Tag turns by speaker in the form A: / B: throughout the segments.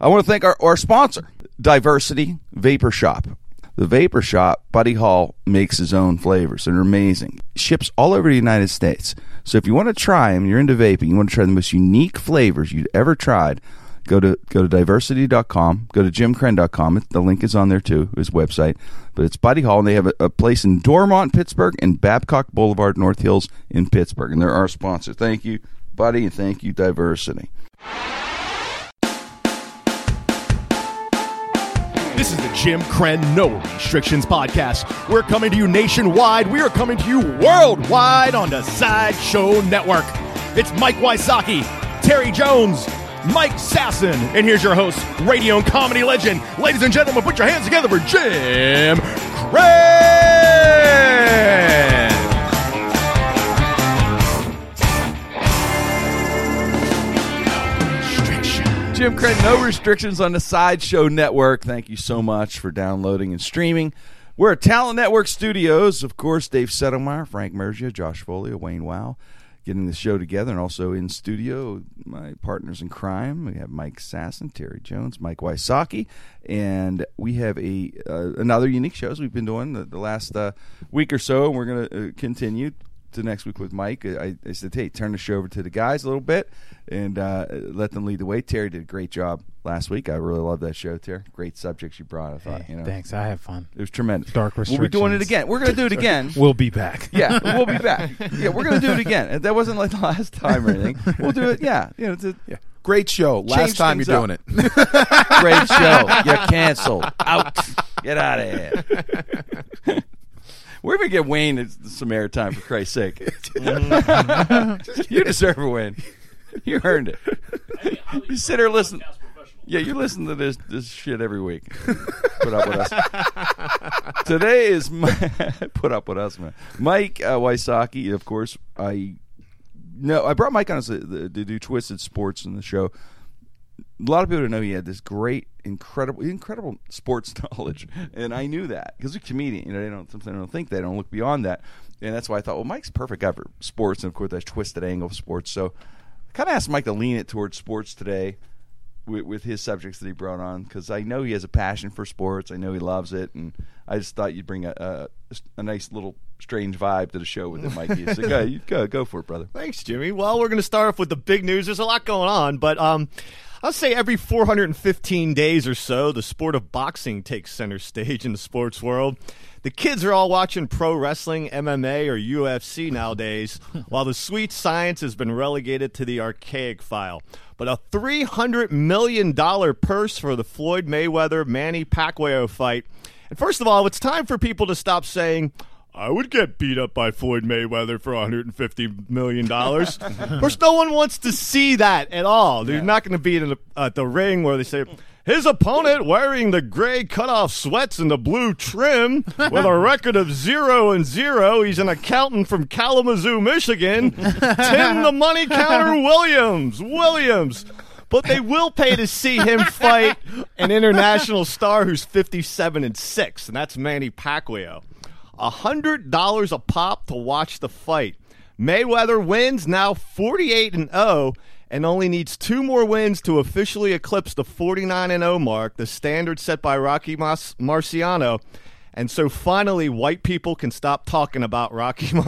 A: I want to thank our, our sponsor, Diversity Vapor Shop. The Vapor Shop, Buddy Hall, makes his own flavors. They're amazing. Ships all over the United States. So if you want to try them, you're into vaping, you want to try the most unique flavors you've ever tried, go to go to diversity.com, go to jimcren.com. It- The link is on there too, his website. But it's Buddy Hall, and they have a, a place in Dormont, Pittsburgh, and Babcock Boulevard, North Hills in Pittsburgh. And they're our sponsor. Thank you, Buddy, and thank you, Diversity.
B: This is the Jim Crenn No Restrictions Podcast. We're coming to you nationwide. We are coming to you worldwide on the Sideshow Network. It's Mike Wysocki, Terry Jones, Mike Sasson, and here's your host, radio and comedy legend. Ladies and gentlemen, put your hands together for Jim Crenn.
A: Jim Crenn, no restrictions on the Sideshow Network. Thank you so much for downloading and streaming. We're at Talent Network Studios. Of course, Dave Settlemeyer, Frank Mergia, Josh Foley, Wayne Wow, getting the show together. And also in studio, my partners in crime, we have Mike Sasson, Terry Jones, Mike Wysocki. And we have a uh, another unique shows we've been doing the, the last uh, week or so. And we're going to uh, continue to next week with Mike. I, I said, hey, turn the show over to the guys a little bit and uh, let them lead the way. Terry did a great job last week. I really love that show, Terry. Great subjects you brought. I thought, you know,
C: Thanks. I have fun.
A: it was tremendous.
C: Dark
A: We'll be doing it
C: restrictions.
A: again. We're going to do it again.
C: We'll be back.
A: yeah, we'll be back. Yeah, we're going to do it again. That wasn't like the last time or anything. We'll do it. Yeah, you know, it's a
D: Great show. Last
A: Change
D: time
A: things
D: you're doing
A: up.
D: it.
A: great show. You're canceled. Out. Get out of here. We're going to get Wayne some airtime for Christ's sake. you deserve a win. You earned it. You sit here listen. Yeah, you listen to this this shit every week. Put up with us. Today is my, put up with us, man. Mike uh, Wysocki, of course. I no, I brought Mike on as a, the, to do Twisted Sports in the show. A lot of people don't know he had this great, incredible, incredible sports knowledge, and I knew that because a comedian, you know, they don't sometimes they don't think they don't look beyond that, and that's why I thought, well, Mike's perfect guy for sports, and of course that twisted angle of sports. So, I kind of asked Mike to lean it towards sports today with, with his subjects that he brought on because I know he has a passion for sports. I know he loves it, and I just thought you'd bring a a, a nice little strange vibe to the show with it, Mikey. So go, you go, go for it, brother.
E: Thanks, Jimmy. Well, we're going to start off with the big news. There's a lot going on, but um, I'll say every 415 days or so, the sport of boxing takes center stage in the sports world. The kids are all watching pro wrestling, MMA, or UFC nowadays, while the sweet science has been relegated to the archaic file. But a $300 million purse for the Floyd Mayweather Manny Pacquiao fight. And first of all, it's time for people to stop saying, I would get beat up by Floyd Mayweather for 150 million dollars. of course, no one wants to see that at all. They're not going to be in the, at the ring where they say his opponent wearing the gray cutoff sweats and the blue trim with a record of zero and zero. He's an accountant from Kalamazoo, Michigan. Tim the Money Counter Williams. Williams but they will pay to see him fight an international star who's 57 and 6 and that's manny pacquiao $100 a pop to watch the fight mayweather wins now 48 and 0 and only needs two more wins to officially eclipse the 49 and 0 mark the standard set by rocky Mas- marciano and so finally, white people can stop talking about Rocky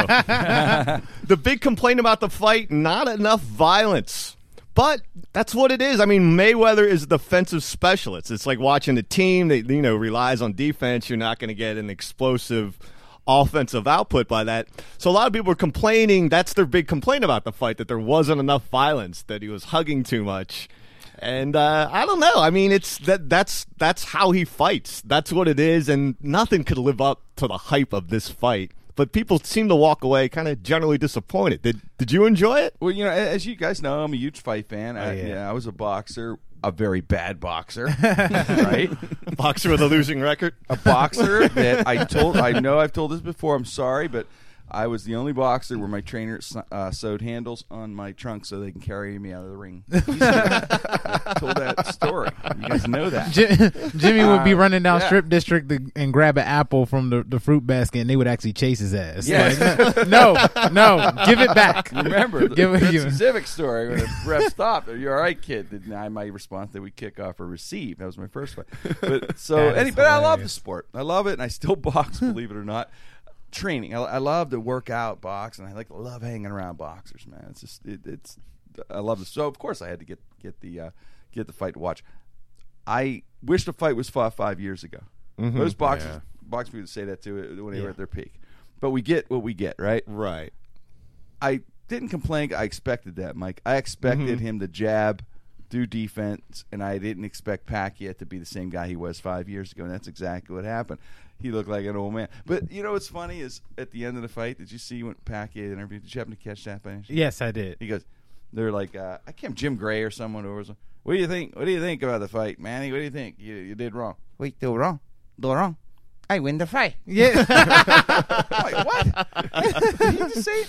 E: Marciano. the big complaint about the fight not enough violence. But that's what it is. I mean, Mayweather is a defensive specialist. It's like watching a team that you know relies on defense. You're not going to get an explosive offensive output by that. So a lot of people are complaining. That's their big complaint about the fight that there wasn't enough violence. That he was hugging too much. And uh, I don't know. I mean, it's that that's that's how he fights. That's what it is, and nothing could live up to the hype of this fight. But people seem to walk away kind of generally disappointed. Did did you enjoy it?
A: Well, you know, a- as you guys know, I'm a huge fight fan. I, yeah.
C: yeah.
A: I was a boxer, a very bad boxer, right?
E: Boxer with a losing record.
A: A boxer that I told, I know I've told this before. I'm sorry, but I was the only boxer where my trainer s- uh, sewed handles on my trunk so they can carry me out of the ring. easier. I told that story. You companies know that.
C: Jim, Jimmy would be
A: Uh,
C: running down
A: yeah.
C: strip district to- and grab an apple from the, the fruit basket, and they would actually chase his ass.
A: Yes.
C: Like, no, no, no, give it back.
A: Remember the
C: give
A: Princeton
C: it.
A: Civic story when the ref stopped. Are you all right, kid? Did I my response that we kick off or receive? That was my first one. But so
C: That is
A: any, but I love the
C: hilarious.
A: sport. I love it, and I still box. believe it or not, training. I, I love to work out, box, and I like love hanging around boxers. Man, it's just it, it's I love it. So of course I had to get get the uh, get the fight to watch. I wish the fight was fought five years ago.
C: Mm-hmm.
A: Most boxers, box people say that too when they were at their peak. But we get what we get, right?
E: Right.
A: I didn't complain. I expected that, Mike. I expected him to jab, do defense, and I didn't expect Pacquiao to be the same guy he was five years ago. And that's exactly what happened. He looked like an old man. But you know what's funny is at the end of the fight, did you see when Pacquiao interviewed? Did you happen to catch that? By any chance?
C: Yes, I did.
A: He goes, they're like, uh, I can't Jim Gray or someone or something. What do you think? What do you think about the fight, Manny? What do you think? You, you did wrong. Wait, do wrong, do wrong. I win the fight.
C: Yeah,
A: Wait, what? Did he just say?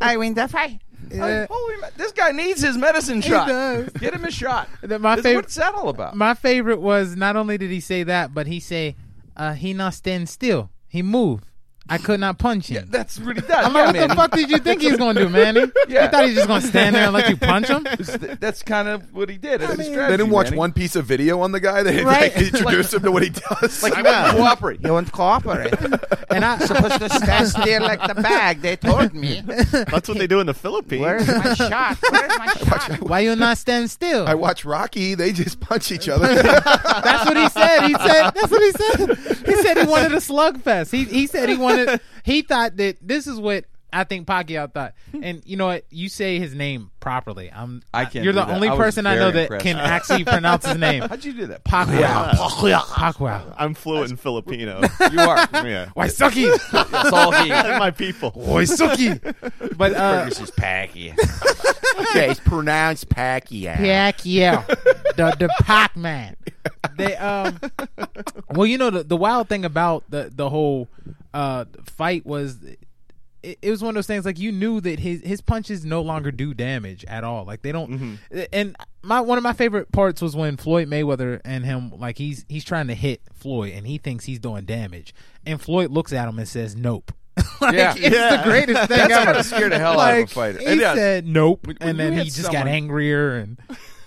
A: I win the fight.
C: Yeah.
A: holy, ma- this guy needs his medicine shot.
C: does.
A: Get him a shot.
C: That my
A: This-
C: favorite-
A: what's that all about?
C: my favorite was not only did he say that, but he say uh, he not stand still. He move. I could not punch him.
A: That's what he does.
C: I'm
A: Yeah,
C: like, what
A: man.
C: the fuck did you think he was gonna do, Manny?
A: Yeah.
C: You thought he was just gonna stand there and let you punch him?
A: Th- That's kind of what he did. It's his strategy,
D: They didn't watch
A: Manny.
D: one piece of video on the guy. They didn't
C: Right.
D: like, introduce him to what he does.
A: Like, he wouldn't cooperate.
F: You won't cooperate.
C: And I,
F: Supposed to stand still like the bag. They told me.
E: That's what they do in the Philippines.
F: Where's my shot? Where's my shot?
C: why you not stand still?
D: I watch Rocky. They just punch each other.
C: That's what he said. He said that's what he said. He said he wanted a slugfest. He he said he wanted. He thought that this is what I think Pacquiao thought. And you know what? You say his name properly. I'm.
A: I can't
C: You're
A: do
C: the
A: that.
C: only
A: I was
C: person I
A: very
C: know that
A: impressed.
C: can actually pronounce his name.
A: How'd you do that?
C: Pacquiao. Pacquiao.
E: I'm fluent in Filipino.
A: You are.
E: yeah.
C: Waisuki.
A: That's all he.
E: my people.
C: Waisuki. But uh,
A: This is Pacquiao.
D: yeah, he's pronounced Pacquiao.
C: Pacquiao, the the Pac Man. They um, well, you know the the wild thing about the the whole uh fight was. It, it was one of those things like you knew that his his punches no longer do damage at all. Like they don't.
A: Mm-hmm.
C: And my one of my favorite parts was when Floyd Mayweather and him like he's he's trying to hit Floyd and he thinks he's doing damage, and Floyd looks at him and says, "Nope." like,
A: Yeah.
C: it's
E: Yeah.
C: the greatest thing
A: That's
C: ever.
A: gonna scare the hell out of a fighter.
C: He
A: It does.
C: said, "Nope,"
A: When- when
C: and
A: you
C: then he
A: hit
C: just got
A: someone-
C: angrier and.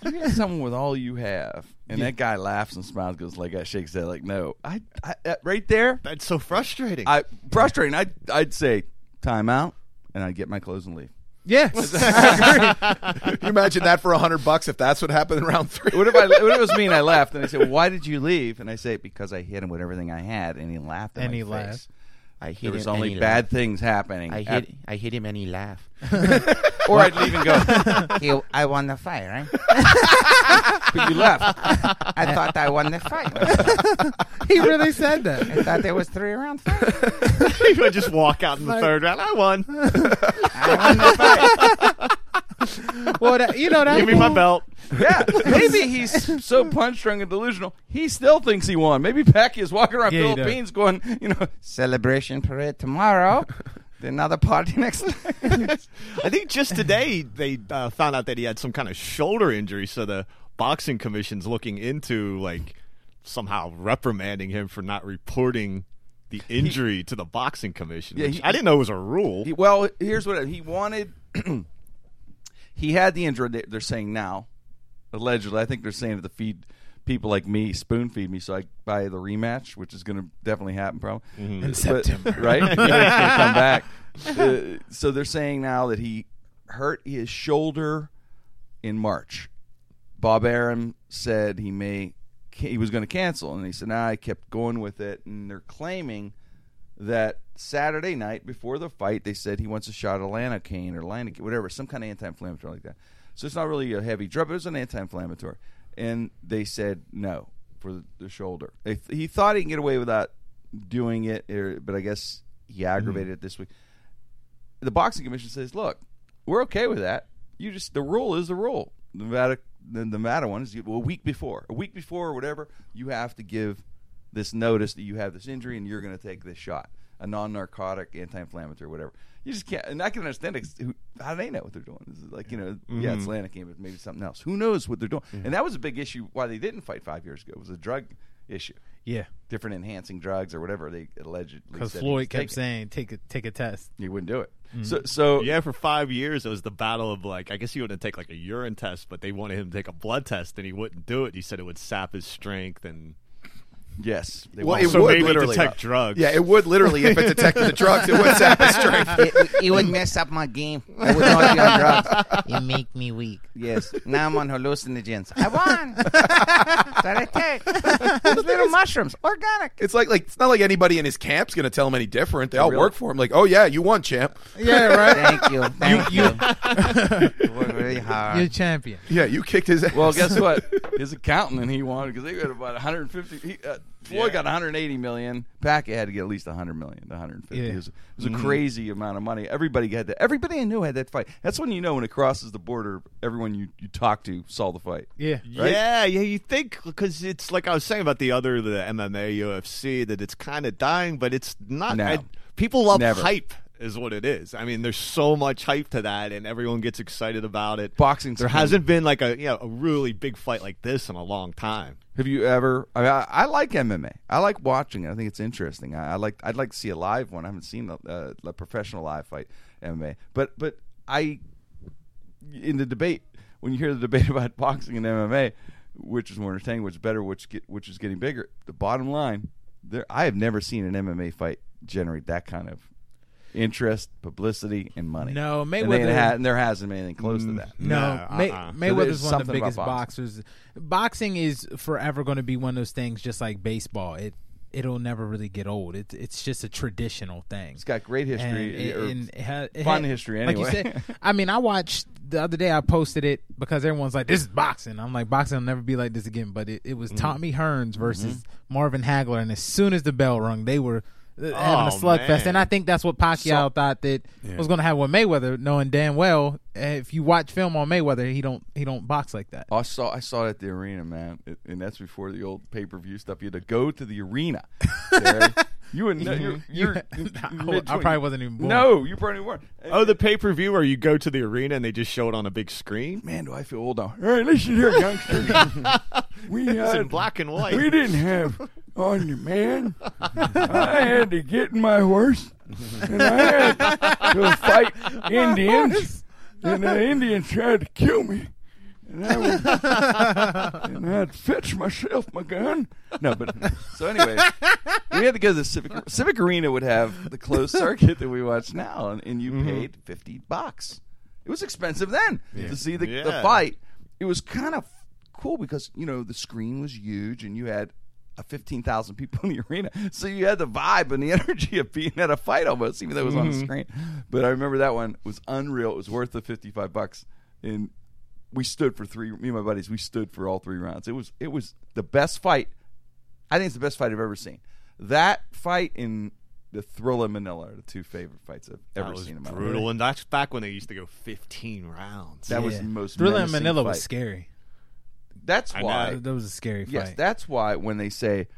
A: you got someone with all you have, and that guy laughs and smiles, goes like that, shakes that, like no, I, I that right there,
E: That's so frustrating.
A: I frustrating. I I'd say timeout, and I'd get my clothes and leave.
C: Yeah.
D: Can you imagine that for a hundred bucks if that's what happened in round three?
A: What if I? What if it was me and I left, and I said, well, "Why did you leave?" And I say, "Because I hit him with everything I had," and he laughed. In
C: And
A: my
C: he
A: face.
C: laughed.
F: I hit
A: There was
F: him and
A: only
F: he
A: bad things happening.
F: laughed. I
A: At-
F: hit, I hit him and he laughed.
A: or I'd leave and go.
F: He, I won the fight, right?
A: But you left.
F: I thought I won the fight. I
C: he really said that.
F: thought there was three round fight.
E: you would just walk out in the third round. I won.
F: I won the fight.
C: Well, that, you know that.
E: Give me my belt.
A: Yeah, maybe he's so punch drunk and delusional, he still thinks he won. Maybe Packy is walking around
C: Yeah, he does.
A: Philippines going, you know,
F: Celebration parade tomorrow. Then Another party next night.
E: I think just today they uh, found out that he had some kind of shoulder injury, so the boxing commission's looking into like somehow reprimanding him for not reporting the injury to the boxing commission.
A: Yeah,
E: which
A: he-
E: I didn't know was a rule.
A: He- well, here's what he wanted. he had the injury. they- They're saying now, allegedly. I think they're saying that the feed people like me spoon feed me, so I buy the rematch, which is going to definitely happen, probably
C: In
A: But-
C: September.
A: right? He's going to come back. Uh, so they're saying now that he hurt his shoulder in March. Bob Arum said he may he was going to cancel, and he said, "Nah, I kept going with it." And they're claiming that Saturday night before the fight, they said he wants a shot of Lanocane or Lanocane, whatever, some kind of anti-inflammatory like that. So it's not really a heavy drug, but it's an anti-inflammatory. And they said no for the, the shoulder. They, he thought he can get away without doing it, er, but I guess he aggravated it this week. The boxing commission says, "Look, we're okay with that. You just the rule is the rule. The Nevada, the Nevada one is you- a week before, a week before or whatever. You have to give this notice that you have this injury and you're going to take this shot. a non-narcotic anti-inflammatory, whatever. You just can't, and I can understand ex- who, how they know what they're doing. This is like you know, yeah,
C: Mm-hmm.
A: it's lanocane, but maybe something else. Who knows what they're doing? And that was a big issue why they didn't fight five years ago. It was a drug issue,
C: Yeah,
A: different enhancing drugs or whatever they allegedly.
C: because
A: said he was
C: Floyd kept
A: taking.
C: saying, Mm-hmm. "Take a take a test."
A: he wouldn't do it. So, so
E: Yeah, for five years it was the battle of like I guess he wouldn't take like a urine test, but they wanted him to take a blood test, and he wouldn't do it. He said it would sap his strength, and Oh,
A: yes, they
D: Well,
A: won't.
D: it
E: So
D: would
E: maybe
D: literally
E: detect drugs.
D: Yeah, it would literally if it detected the drugs, it would sap his strength.
F: It, it would mess up my game. I would not be on drugs.
C: It make me weak.
F: Yes. Now I'm on hallucinogens. I won. that I take. Those little mushrooms. Organic.
D: It's like like it's not like anybody in his camp's gonna tell him any different. They all
A: Really?
D: work for him. Like, oh yeah, you won, champ.
C: Yeah, right.
F: Thank you. Thank you. you. work really hard.
C: You're champion.
D: Yeah, you kicked his ass.
A: Well, guess what? His accountant and he wanted because they got about 150. He, uh, Floyd got 180 million. Packett had to get at least 100 million, to 150.
C: Yeah.
A: It was, it was a crazy amount of money. Everybody had that. Everybody I knew had that fight. That's when you know when it crosses the border, everyone you, you talk to saw the fight.
C: Yeah.
A: Right?
E: Yeah, yeah, you think because it's like I was saying about the other the MMA UFC that it's kind of dying, but it's not.
A: No.
E: I- people love
A: Never.
E: hype, is what it is. I mean, there's so much hype to that, and everyone gets excited about it.
A: Boxing.
E: There hasn't been like a you know, a really big fight like this in a long time.
A: Have you ever? I, mean, I, I like MMA. I like watching. it. I think it's interesting. I, I like. I'd like to see a live one. I haven't seen a, a, a professional live fight MMA. But but I in the debate when you hear the debate about boxing and MMA, which is more entertaining, which is better, which get, which is getting bigger. The bottom line, there I have never seen an MMA fight generate that kind of interest, publicity, and money.
C: No,
A: and, they
C: Mayweather- Mm.
A: ha- and there hasn't been anything close to that.
C: No,
E: Nah,
C: May-
E: uh-uh.
A: There's
C: Mayweather's one of the
A: something about
C: biggest boxers. Boxing is forever going to be one of those things, just like baseball. It it'll never really get old. It, it's just a traditional thing.
A: It's got great history. or-
C: and, and it had- it
A: fun
C: had-
A: history,
C: Like you
A: anyway.
C: said, I mean, I watched the other day. I posted it because everyone's like, "This is boxing." I'm like, "Boxing will never be like this again." But it, it
A: Mm-hmm.
C: was Tommy Hearns versus Marvin Hagler, and as soon as the bell rung, they were uh, having a
E: Oh,
C: slugfest.
E: man.
C: And I think that's what Pacquiao thought that was going to happen with Mayweather, knowing damn well uh, if you watch film on Mayweather, he don't he don't box like that.
A: Oh, I saw I saw it at the arena, man, It- and that's before the old pay per view stuff. You had to go to the arena. Terry. you would know. You're, you're
C: I
A: mid-twenties.
C: probably wasn't even born.
A: No, you probably weren't.
E: Oh, the pay per view where you go to the arena and they just show it on a big screen.
A: man, do I feel old now? All right, listen here, youngsters. we
E: It's
A: had
E: in black and white.
A: we didn't have on demand. I had to get my horse, and I had to fight Indians, and the Indians tried to kill me. And I would, and I'd fetch myself my gun. No, but so anyway, we had to go to the Civic Civic Arena. Would have the closed circuit that we watch now, and, and you paid fifty bucks. It was expensive then to see the, the
E: Mm-hmm. Yeah.
A: fight. It was kind of cool because you know the screen was huge, and you had a fifteen thousand people in the arena, so you had the vibe and the energy of being at a fight almost, even though it was
E: Mm-hmm.
A: on the screen. But I remember that one was unreal. It was worth the fifty five bucks, and we stood for three. Me and my buddies, we stood for all three rounds. It was it was the best fight. I think it's the best fight I've ever seen. That fight in the Thrilla Manila are the two favorite fights I've
E: That
A: ever
E: was
A: seen in my life.
E: brutal, and that's back when they used to go 15 rounds.
A: That was
C: Yeah.
A: the most
C: Thriller in
A: menacing
C: Manila
A: fight.
C: was scary.
A: That's
E: I
A: why.
E: know.
C: That was a scary
A: Yes,
C: fight.
A: that's why when they say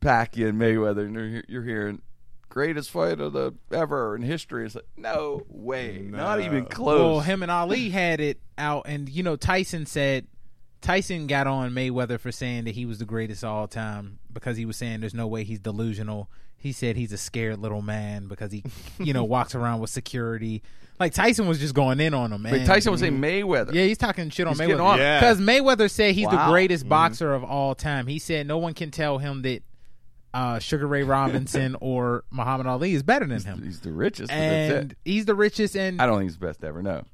A: Pacquiao and Mayweather, and you're, you're hearing greatest fight of the ever in history, it's like no way, not even close.
C: Well, him and Ali had it out, and you know Tyson said Tyson got on Mayweather for saying that he was the greatest of all time because he was saying there's no way he's delusional. He said he's a scared little man because he, you know, walks around with security. Like Tyson was just going in on him.
A: Wait,
C: and-
A: Tyson was saying Mayweather.
C: yeah, he's talking shit on
A: He's getting
C: Mayweather
A: on.
E: Yeah.
C: because Mayweather said he's
A: Wow. Mm-hmm.
C: the greatest boxer of all time. He said no one can tell him that uh, Sugar Ray Robinson or Muhammad Ali is better than him,
A: he's the richest. but that's
C: and
A: it.
C: he's the richest. And
A: I don't think he's the best ever. No,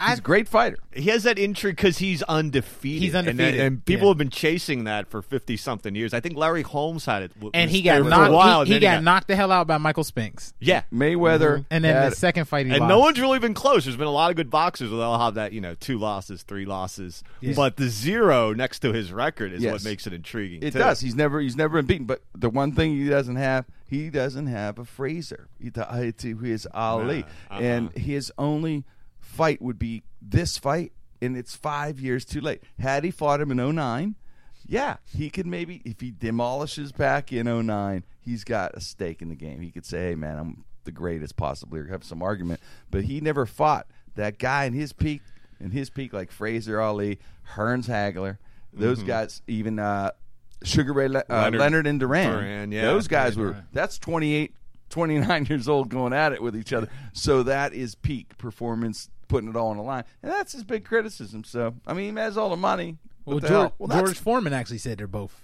C: I-
A: he's a great fighter.
E: He has that intrigue because he's undefeated.
C: He's
E: And-
C: undefeated.
E: and, people
C: Yeah.
E: have been chasing that for fifty something years. I think Larry Holmes had it, w-
C: and
E: was
C: he
E: there
C: got
E: for
C: knocked.
E: a while. and
C: he, he
E: then
C: got knocked the hell out by Michael Spinks.
E: Yeah,
A: Mayweather,
C: Mm-hmm. And then
A: had-
C: the second fight, he
E: and
C: lost.
E: no one's really been close. There's been a lot of good boxers that all have that you know two losses, three losses, but the zero next to his record is
A: Yes.
E: what makes it intriguing.
A: It
E: too.
A: does. He's never he's never been beaten. But the one thing he doesn't have, he doesn't have a Fraser. He, he he is Ali,
E: Nah, uh-uh.
A: and his only fight would be this fight, and it's five years too late. Had he fought him in 09, yeah, he could maybe if he demolishes back in 09, he's got a stake in the game. He could say, "Hey, man, I'm the greatest possibly," or have some argument. But he never fought that guy in his peak, in his peak like Fraser Ali, Hearns Hagler, those
E: Mm-hmm.
A: guys, even uh, Sugar Ray Le- uh, Leonard.
E: Leonard.
A: and Duran.
E: Duran, yeah.
A: Those guys were that's 28, 29 years old going at it with each other. So that is peak performance. Putting it all on the line, and that's his big criticism. So, I mean, he has all the money.
C: Well,
A: What the
C: George,
A: hell?
D: Well, that's-
C: George Foreman actually said they're both.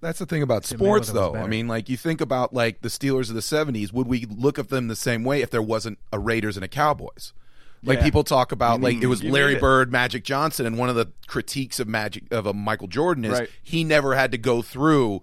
D: That's the thing about
C: me
D: sports,
C: whether it was
D: though.
C: better.
D: I mean, like you think about like the Steelers of the '70s. Would we look at them the same way if there wasn't a Raiders and a Cowboys? Like
A: Yeah.
D: people talk about, like it was
A: you
D: Larry
A: mean it.
D: Bird, Magic Johnson, and one of the critiques of Magic of a Michael Jordan is
A: Right.
D: he never had to go through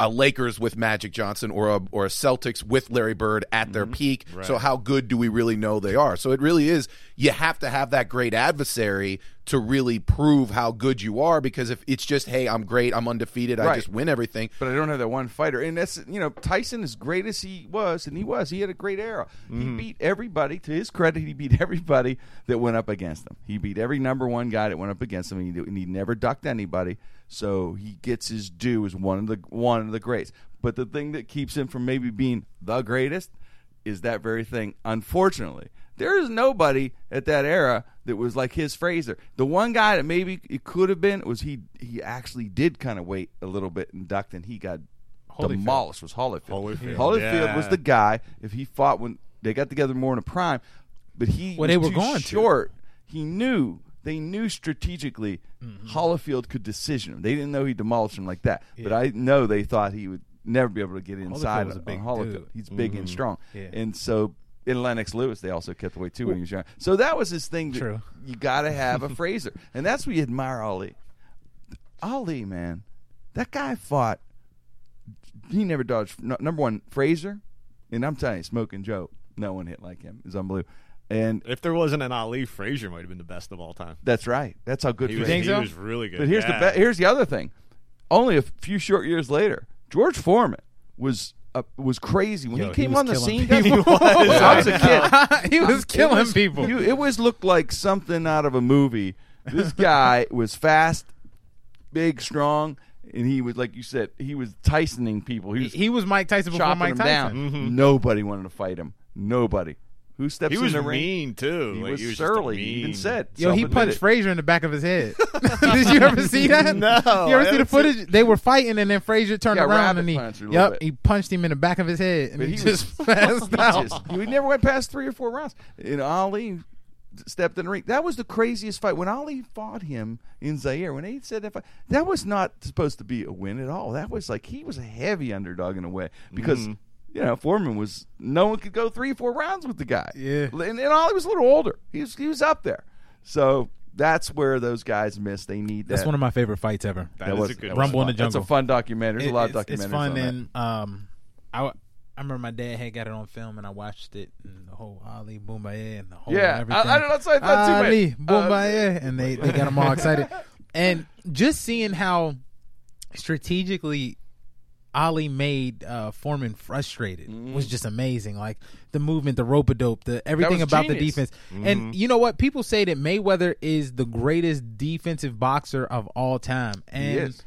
D: a Lakers with Magic Johnson or a or a Celtics with Larry Bird at
A: Mm-hmm.
D: their peak. So how good do we really know they are? So it really is you have to have that great adversary to really prove how good you are because if it's just hey I'm great I'm undefeated I
A: Right.
D: just win everything
A: but I don't have that one fighter. And that's you know Tyson, as great as he was, and he was, he had a great era. He beat everybody. To his credit, he beat everybody that went up against him. He beat every number one guy that went up against him, and he, and he never ducked anybody. So he gets his due as one of the one of the greats. But the thing that keeps him from maybe being the greatest is that very thing. Unfortunately, there is nobody at that era that was like his Fraser. The one guy that maybe it could have been was he. He actually did kind of wait a little bit and ducked, and he got demolished. Was Holyfield? Holyfield, was the guy. If he fought when they got together more in a prime, but he
C: Well, they
A: was
C: were
A: too
C: going to.
A: short. He knew they knew strategically
C: Mm-hmm.
A: Holyfield could decision him. They didn't know he demolished him like that, but I know they thought he would never be able to get inside
C: was a
A: on
C: big
A: Holyfield.
C: dude.
A: He's big and
E: Mm-hmm.
A: strong.
C: Yeah.
A: And so in Lennox Lewis, they also kept away too when he was young. So that was his thing. That
C: True.
A: You got to have a Fraser, and that's where you admire Ali. Ali, man, that guy fought. He never dodged. No, number one, Fraser, and I'm telling you, Smoking Joe, no one hit like him. It's unbelievable. And
E: If there wasn't an Ali, Frazier might have been the best of all time.
A: that's right. That's how good.
E: He
A: Frazier
E: was,
C: think
E: he
C: so?
E: was really good.
A: But here's
E: Yeah.
A: the be- here's the other thing. Only a few short years later, George Foreman was uh, was crazy when he
C: he
A: came
C: was
A: on the
C: killing
A: scene. guys, when I was a kid.
C: he was killing
A: it was-
C: people.
A: you- it was looked like something out of a movie. This guy was fast, big, strong, and he was like you said, he was Tysoning people. He was
C: he was Mike Tyson before
A: chopping
C: Mike
A: them
C: Tyson.
A: down. Nobody wanted to fight him. Nobody. Who steps
E: He was
A: in the ring?
E: mean too.
A: He,
E: Like,
A: was
E: he was just a
A: surly. He even
E: mean-
A: said,
C: Yo, he
A: self-admitted.
C: punched Frazier in the back of his head. Did you ever see that?
E: No,
C: You ever see the
E: I haven't
C: footage? They were fighting, and then Frazier turned
A: Yeah,
C: around
A: rabbit
C: and he,
A: punch a little
C: yep,
A: bit.
C: he punched him in the back of his head, and
A: But
C: he,
A: he was-
C: just passed out.
A: just- he never went past three or four rounds. And Ali stepped in the ring. That was the craziest fight. When Ali fought him in Zaire, when they said that fight, that was not supposed to be a win at all. That was like he was a heavy underdog in a way because.
C: Mm-hmm.
A: You know, Foreman was no one could go three, four rounds with the guy.
C: Yeah.
A: and, and Ali was a little older. He was he was up there, so that's where those guys miss. They need that.
C: That's one of my favorite fights ever.
E: That was a good
C: Rumble in
E: one.
C: the
A: That's
C: Jungle.
A: a fun documentary. There's a lot of
C: It-
A: documentaries.
C: it's, it's fun
A: on that.
C: and um, I, w- I remember my dad had got it on film and I watched it and the whole Ali Boombaye and the whole
A: Yeah, I-
C: everything.
A: I- that's what I thought too, man.
C: Ali
A: Uh,
C: Boombaye and they they got them all excited and just seeing how strategically Ali made uh, Foreman frustrated was just amazing. Like the movement, the rope a dope, the everything
A: Mm-hmm. was
C: about the
A: genius.
C: defense.
A: Mm-hmm.
C: And you know what? People say that Mayweather is the greatest defensive boxer of all time, and
A: is.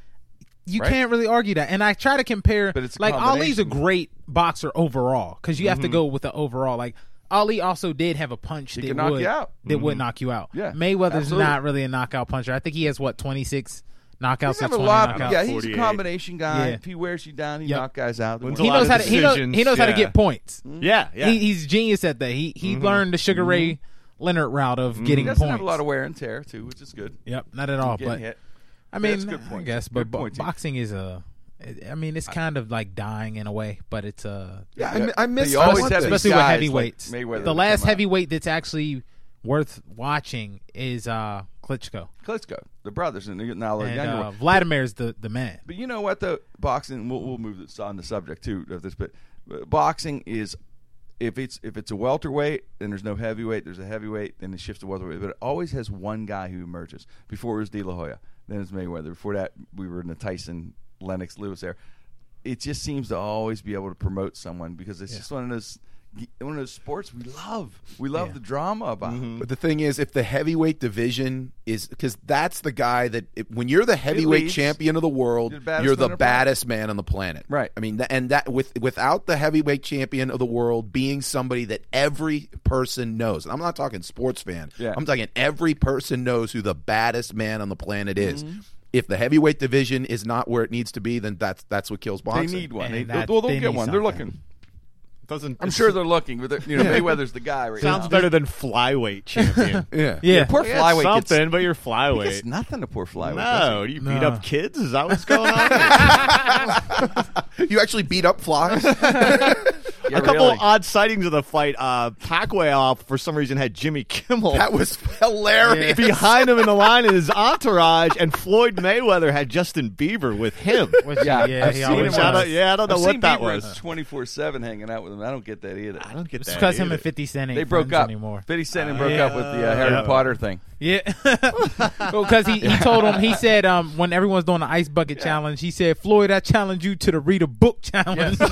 C: you
A: Right?
C: can't really argue that. And I try to compare,
A: But it's a
C: like Ali's a
A: combination. Mm-hmm.
C: great boxer overall because you have to go with the overall. Like Ali also did have a punch that
A: can knock
C: would
A: you out. Mm-hmm.
C: that would knock you out.
A: Yeah,
C: Mayweather's
A: absolutely.
C: not really a knockout puncher. I think he has what twenty six knockouts.
A: He's
C: or
A: have a
C: 20
A: lot.
C: knockouts.
A: yeah, he's a
E: 48.
A: combination guy.
C: Yeah.
A: If he wears you down, he
C: Yep.
A: knock guys out.
E: Wins
C: he
E: a lot
C: knows
E: of
C: how to he knows, he
E: decisions,
C: knows how to
E: yeah.
C: get points.
E: Yeah, yeah.
C: He, he's genius at that. He he learned the Sugar Ray Leonard route of
A: Mm-hmm. He
C: getting
A: doesn't
C: points.
A: have a lot of wear and tear too, which is good.
C: yep, not at all.
A: Getting
C: But
A: hit.
C: I mean,
A: that's a good
C: I
A: point.
C: guess,
A: Good
C: but bo-
A: point, T.
C: boxing is a. I mean, it's kind of like dying in a way, but it's a
D: yeah I, mi- I miss
A: You always have
D: that.
A: these
C: especially with
A: guys
C: heavyweights.
A: like Mayweather
C: the
A: that
C: last
A: come out.
C: heavyweight that's actually worth watching is uh, Klitschko,
A: Klitschko, the brothers, and they're now the
C: and
A: younger
C: uh,
A: one.
C: Vladimir's the the man.
A: But you know what? though? boxing. We'll, we'll move this on the subject too of this, but but boxing is if it's if it's a welterweight, then there's no heavyweight. There's a heavyweight, then it shifts to welterweight. But it always has one guy who emerges. Before it was De La Hoya, then it's Mayweather. Before that, we were in the Tyson, Lennox, Lewis era. It just seems to always be able to promote someone because it's just one of those one of those sports we love. We love the drama about. it.
E: Mm-hmm.
D: But the thing is, if the heavyweight division is because that's the guy that it, when you're the heavyweight
A: leads.
D: champion of the world,
A: You're the baddest man on
D: you're the
A: the planet.
D: baddest man on the planet.
A: Right.
D: I mean, tha- and that with without the heavyweight champion of the world being somebody that every person knows. And I'm not talking sports fan.
A: Yeah.
D: I'm talking every person knows who the baddest man on the planet is.
A: Mm-hmm.
D: If the heavyweight division is not where it needs to be, then that's that's what kills
A: They
D: boxing.
A: need one. They,
C: And that's-
A: well, they'll
C: they
A: get
C: need
A: one. They're
C: something.
A: looking.
E: Doesn't
A: I'm sure they're looking. But they're, you know, Mayweather's the guy right
E: sounds
A: now.
E: better than flyweight champion.
D: Yeah.
C: Yeah.
A: Poor
E: Yeah,
A: flyweight gets-
E: something, but you're
A: He gets
E: flyweight.
A: nothing to poor flyweight. does
E: No, do you beat
C: No.
E: up kids? Is that what's going on?
D: You actually beat up flies.
A: he? Yeah,
E: a couple
A: really.
E: odd sightings of the fight. Uh, Pacquiao for some reason had Jimmy Kimmel.
D: that was hilarious.
E: behind him in the line in his entourage, and Floyd Mayweather had Justin Bieber with him.
C: Which- yeah,
A: Yeah, I've
C: he
A: seen
C: always
A: him on
E: I
C: does.
E: don't, yeah, I don't know
A: I've
E: what
A: seen
E: that
A: Bieber
E: was.
A: 24 seven hanging out with him. I don't get that either.
E: I don't get
C: It's
E: that.
C: because him
E: either.
C: and Fifty Cent ain't
A: They broke
C: friends
A: up.
C: anymore.
A: 50 Cent and broke up with the uh, Harry
E: Yeah.
A: Potter thing.
C: Yeah, because he, he told him he said um when everyone's doing the ice bucket challenge, he said Floyd, I challenge you to the read a book challenge.
A: He said,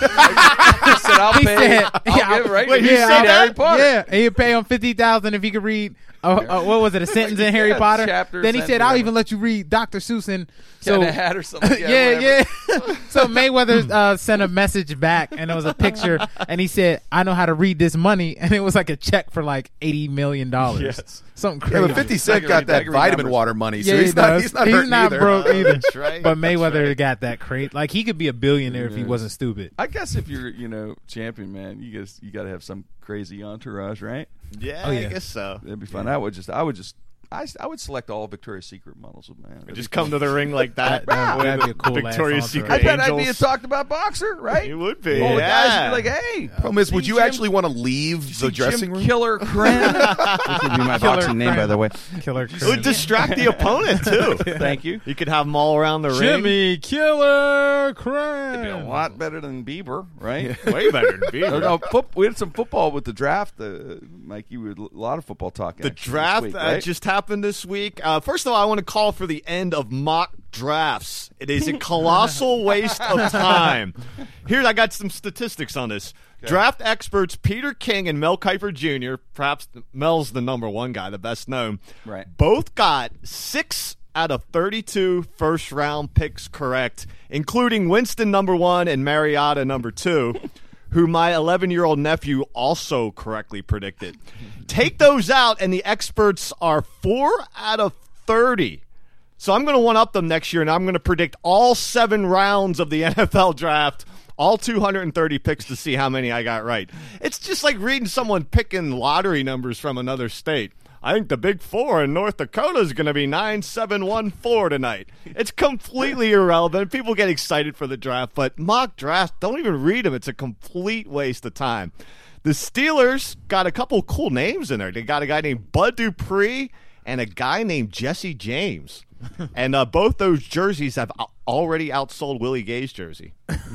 A: "I'll
C: he
A: pay.
C: said,
A: I'll
C: yeah,
A: give, right?
E: wait,
A: He
E: you
A: said
E: said
A: Harry
E: that?
A: Potter.
C: Yeah, he'd pay him fifty thousand if he could read. Uh, uh, what was it? A sentence in Harry
A: Yeah,
C: Potter.
A: chapter,
C: then he said,
A: sentence,
C: "I'll
A: whatever.
C: even let you read Doctor Seuss."
A: So,
C: So
A: a hat or something.
C: yeah,
A: whatever.
C: yeah. so Mayweather uh, sent a message back, and it was a picture, and he said, "I know how to read this money," and it was like a check for like eighty million dollars,
A: Yes.
C: something
D: Yeah,
C: crazy.
D: but 50 Cent
A: Gregory-
D: got that
A: Gregory
D: vitamin
A: numbers.
D: water money, so
C: Yeah,
D: he's,
C: he
D: not,
C: does.
D: he's not hurting
C: not
D: either.
C: broke either.
E: right.
C: But Mayweather got that crate. Like he could be a billionaire if he wasn't stupid.
A: I guess if you're, you know, champion, man, you guys, you got to have some crazy entourage, right?
E: Yeah,
C: Oh, yeah.
E: I guess so.
A: That'd be fun. I would just, I would just, I, s- I would select all Victoria's Secret models, man. That'd
E: Just
A: be
E: come to the ring like that.
C: That-
E: with
C: that'd be a cool
E: Victoria's
C: ass
E: Secret
A: I
C: entourage.
A: bet I'd be a
E: angels.
A: talked about boxer, right?
E: You would be.
A: All the
E: yeah.
A: guys would be like, hey,
D: Problem is, would
A: see
D: you
A: Jim-
D: actually want to leave the
A: see Jim
D: dressing room?
A: Killer Kren. Which would be my
C: Killer
A: boxing name, by
C: Kren.
A: the way.
C: Killer
E: it would distract the opponent too.
A: Thank you.
E: You could have them all around the ring.
C: Jimmy Killer
A: Be a
C: Crane.
A: lot better than Bieber, right?
E: Way better than
A: Oh,
E: Bieber.
A: no, foot, we had some football with the draft, uh, Mike. You were a lot of football talk.
E: The
A: actually this
E: draft
A: week,
E: uh,
A: right?
E: just happened this week. Uh, first of all, I want to call for the end of mock drafts. It is a colossal waste of time. Here, I got some statistics on this. Draft experts Peter King and Mel Kiper Jr. Perhaps Mel's the number one guy, the best known.
A: Right.
E: Both got six out of 32 first round picks correct, including Winston number one and Mariota number two, who my 11 year old nephew also correctly predicted. Take those out, and the experts are four out of 30. So I'm going to one up them next year, and I'm going to predict all seven rounds of the NFL draft, all 230 picks to see how many I got right. It's just like reading someone picking lottery numbers from another state. I think the big four in North Dakota is going to be 9714 tonight. It's completely irrelevant. People get excited for the draft, but mock drafts, don't even read them. It's a complete waste of time. The Steelers got a couple cool names in there. They got a guy named Bud Dupree and a guy named Jesse James. And uh, both those jerseys have al- already outsold Willie Gay's jersey.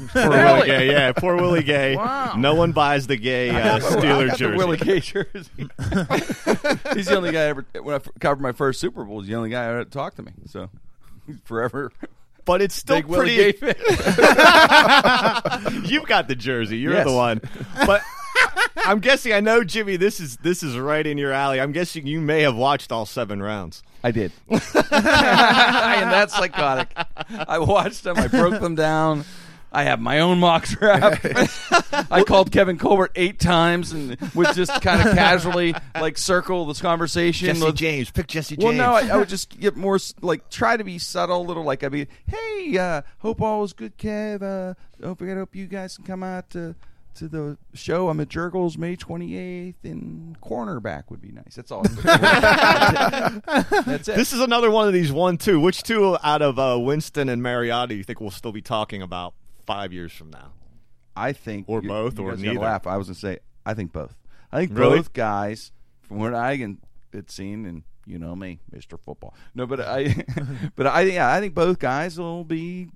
E: Poor Willie Gay, yeah, poor Willie Gay. No one buys the Gay uh,
A: I
E: Steeler
A: got
E: jersey.
A: The Willie Gay jersey. He's the only guy I ever when I f- covered my first Super Bowl. He's the only guy that ever talked to me. So forever,
E: but it's still
A: big Willie Gay
E: pretty.
A: fan.
E: You've got the jersey. You're
A: Yes.
E: the one. But I'm guessing. I know, Jimmy. This is this is right in your alley. I'm guessing you may have watched all seven rounds.
A: I did. I am that psychotic. I watched them. I broke them down. I have my own mock draft. I called Kevin Colbert eight times and would just kind of casually like circle this conversation. with-
E: James. Pick Jesse
A: Well, no, I, I would just get more s- like try to be subtle, little like I'd be, hey, uh, hope all is good, Kev. Uh, don't forget, hope you guys can come out to to the show. I'm at Jurgles May 28th, and cornerback would be nice. That's all. That's it.
E: this is another one of these one two. Which two out of uh, Winston and Mariotta do you think we'll still be talking about five years from now?
A: I think
E: Or both, or
A: guys gotta
E: neither.
A: Laugh. I was gonna say I think both. I think
E: Really?
A: both guys, from what I can- had seen, and you know me, Mister Football. No, but I, but I, yeah, I think both guys will be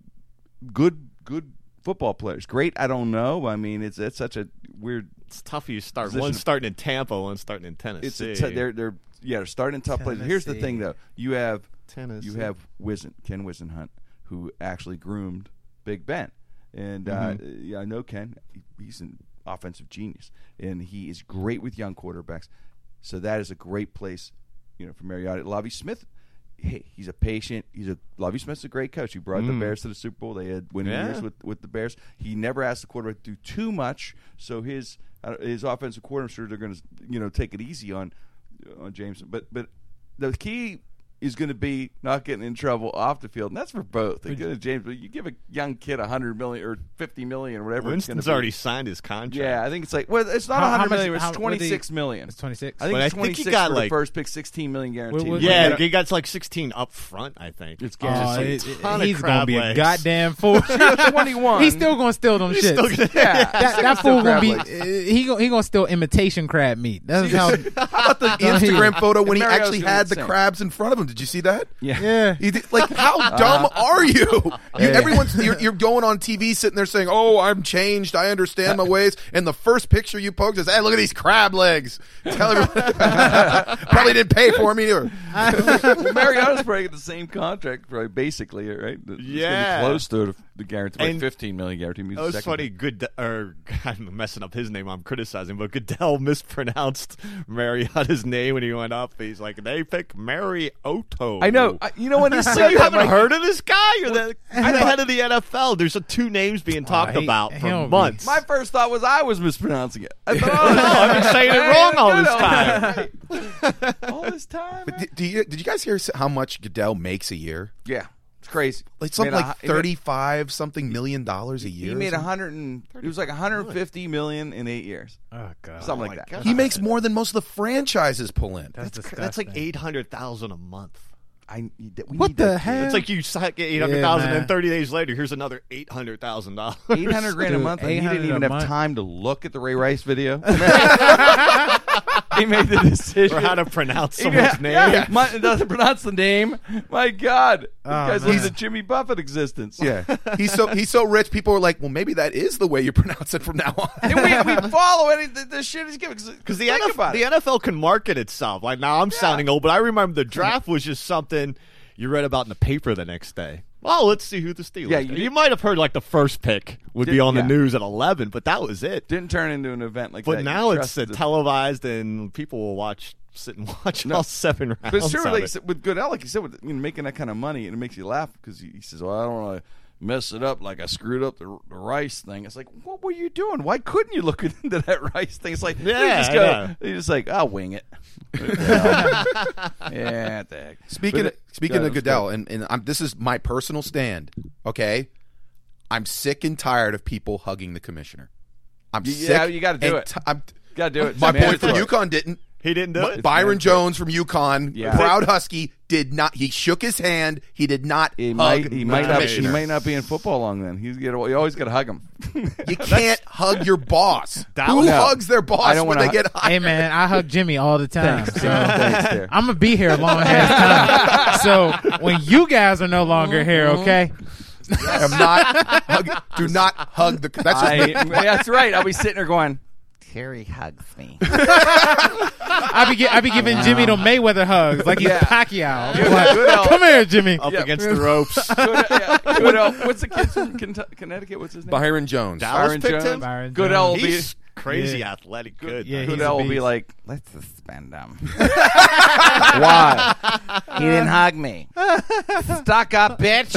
A: good, good football players. Great, I don't know. I mean, it's it's such a weird.
E: It's tough. You start
A: Position
E: one
A: of-
E: starting in Tampa, one starting in Tennessee.
A: It's a t- they're they're yeah they're starting tough places. Here's the thing though, you have
E: Tennessee.
A: you have Wizen Ken Wisenhunt,
E: Mm-hmm.
A: who actually groomed Big Ben, and uh, yeah, I know Ken. He's an offensive genius, and he is great with young quarterbacks. So that is a great place, you know, for Mariota. Lavi Smith, hey, he's a patient. He's a Lavi Smith's a great coach. He brought the Bears to the Super Bowl. They had winning
E: Mm. Yeah.
A: years with with the Bears. He never asked the quarterback to do too much. So his uh, his offensive coordinator, I'm sure they're going to you know take it easy on on Jameson. But but the key is going to be not getting in trouble off the field, and that's for both. They good at James, but you give a young kid a hundred million or fifty million, whatever. it's gonna
E: Winston's
A: be.
E: already signed his contract.
A: Yeah, I think it's like well, it's not
C: How-
A: a
C: how
A: hundred
C: much-
A: million.
C: how-
A: It's
C: what
A: twenty six
C: the-
A: million.
C: it's 26.
A: I think it's
E: But I think
A: twenty
E: he
A: six
E: got,
A: for
E: like-
A: the first pick, sixteen million guaranteed.
C: What- what-
E: Yeah,
C: But-
E: he got like 16 up front, I think.
A: It's
E: Gives us
C: Oh,
E: a
C: it- it-
E: ton of
C: he's gonna
E: crab
C: be a
E: legs.
C: goddamn fool.
A: twenty one.
C: He's still gonna steal them shit.
A: yeah.
C: that that
A: still
C: fool
A: crab
C: gonna be
A: legs.
C: uh, he gonna, he gonna steal imitation crab meat. That's how.
D: How about the Instagram photo when he
A: Mario's
D: actually
A: doing
D: had
A: the
D: the
A: same.
D: crabs in front of him? Did you see that?
A: Yeah. Uh-huh.
C: yeah.
D: He did- like, how dumb are you? you Everyone's you're, you're going on TV, sitting there saying, "Oh, I'm changed. I understand my ways." And the first picture you post is, "Hey, look at these crab legs." Tell everyone, probably didn't pay for them either.
A: well, Mariota's probably got the same contract, probably basically, right? It's gonna be
E: Yeah.
A: close to the- the guarantee, like
E: And-
A: fifteen million guarantee.
E: That was funny. Good, or I'm messing up his name. I'm criticizing, but Goodell mispronounced Mariotta's name when he went up. He's like, they pick Marioto.
A: I know. I, you know when he
E: So
A: said
E: you
A: that,
E: haven't
A: Mike,
E: heard of this guy? You're the,
C: I
E: you're the
C: thought-
E: head of the NFL. There's uh, two names being talked
C: Oh, he-
E: about
C: he'll
E: for
C: be-
E: months.
A: My first thought was I was mispronouncing it. I thought, oh, no,
E: I've been saying it wrong all this
A: time. all this time.
D: But did, do you, did you guys hear how much Goodell makes a year?
A: yeah, it's crazy.
D: It's
A: Made
D: something
A: a
D: like
A: hu- he made-
D: thirty-five something million dollars a year.
A: He
D: or
A: made a
D: something.
A: hundred and it was like a hundred and fifty million in eight years,
C: Oh god.
A: something like that.
D: He makes more than most of the franchises pull in.
C: That's,
E: That's like
C: disgusting.
E: eight hundred thousand a month.
A: I we
C: What
A: need
C: the
A: that.
C: hell?
E: It's like you si- get eight hundred thousand,
C: Yeah, man.
E: and thirty days later, here's another eight hundred thousand dollars.
A: Eight hundred grand a
C: Dude,
A: month, and he
C: 800
A: didn't
C: a
A: even have
C: month.
A: time to look at the Ray Rice video. he made the decision.
E: Or how to pronounce
A: He
E: someone's
A: didn't-
E: name?
A: yeah, my- it doesn't pronounce the name. My God, this guy's
C: man.
A: living the Jimmy Buffett existence.
D: Yeah, he's so he's so rich. People are like, well, maybe that is the way you pronounce it from now on.
A: And we, we follow any the, the shit he's giving
E: Because
A: because
E: the, NFL, the NFL can market itself. Like now, I'm sounding old, but I remember the draft was just something you read about in the paper the next day. Well, let's see who the Steelers.
A: Yeah,
E: you,
A: you did-
E: might have heard like the first pick would be
A: Did-
E: on the
A: yeah.
E: news at 11, but that was it.
A: didn't turn into an event like that.
E: but
A: You
E: now it's
A: trust
E: uh,
A: the-
E: televised, and people will watch, sit and watch
A: No.
E: all seven rounds.
A: But sure,
E: of
A: like
E: it.
A: you said, with Goodell, like you said, with you know, making that kind of money, and it makes you laugh because he, he says, "Well, I don't want to mess it up like I screwed up the, the rice thing." It's like, what were you doing? Why couldn't you look into that rice thing? It's like,
E: Yeah,
A: you just
E: I
A: go,
E: know.
A: you just like, I'll wing it. yeah, what the heck.
D: Speaking
A: But
D: of,
A: it-
D: speaking
A: yeah,
D: of
A: it was
D: Goodell, and, and I'm, this is my personal stand. Okay, I'm sick and tired of people hugging the commissioner. I'm
A: Yeah,
D: sick.
A: you gotta do
D: and
A: it.
D: ti- I'm,
A: Gotta do it.
D: My
A: It's
D: boy from
A: mandatory.
D: UConn didn't.
E: he didn't do
D: My-
E: it.
D: Byron Jones from UConn,
A: Yeah.
D: proud Husky, did not. He shook his hand. He did not
A: He
D: hug
A: might, he
D: the
A: might not, he
D: commissioner.
A: might not be in football long. Then he's you, know, you always got to hug him.
D: You can't hug your boss. Who
A: No.
D: hugs their
A: I
D: boss
A: don't
D: when they
A: wanna
D: get
C: Hey
D: hired?
C: man, I hug Jimmy all the time. So
A: Thanks, dear.
C: I'm gonna be here a long ass time. So when you guys are no longer here, okay?
D: I'm not. Hug, do not hug the. That's just
A: I, that's right. I'll be sitting there going,
F: Terry hugs me.
C: I be gi- I be giving Jimmy the Mayweather hugs like he's
A: Yeah.
C: Pacquiao. Like,
A: Goodell.
C: Come here, Jimmy.
E: up
A: Yeah.
E: against the ropes.
A: Goodell, yeah, Goodell. What's the kid from Kentu- Connecticut? What's his name?
D: Byron Jones.
E: Dallas
A: Byron
E: picked
A: Jones.
E: him.
C: Byron
A: Goodell will be
E: He's crazy athletic. Good.
C: Yeah, he's
A: Goodell
C: a
A: will be
C: beast.
A: like,
F: Let's suspend him.
A: why?
F: He didn't hug me. Stuck up, bitch.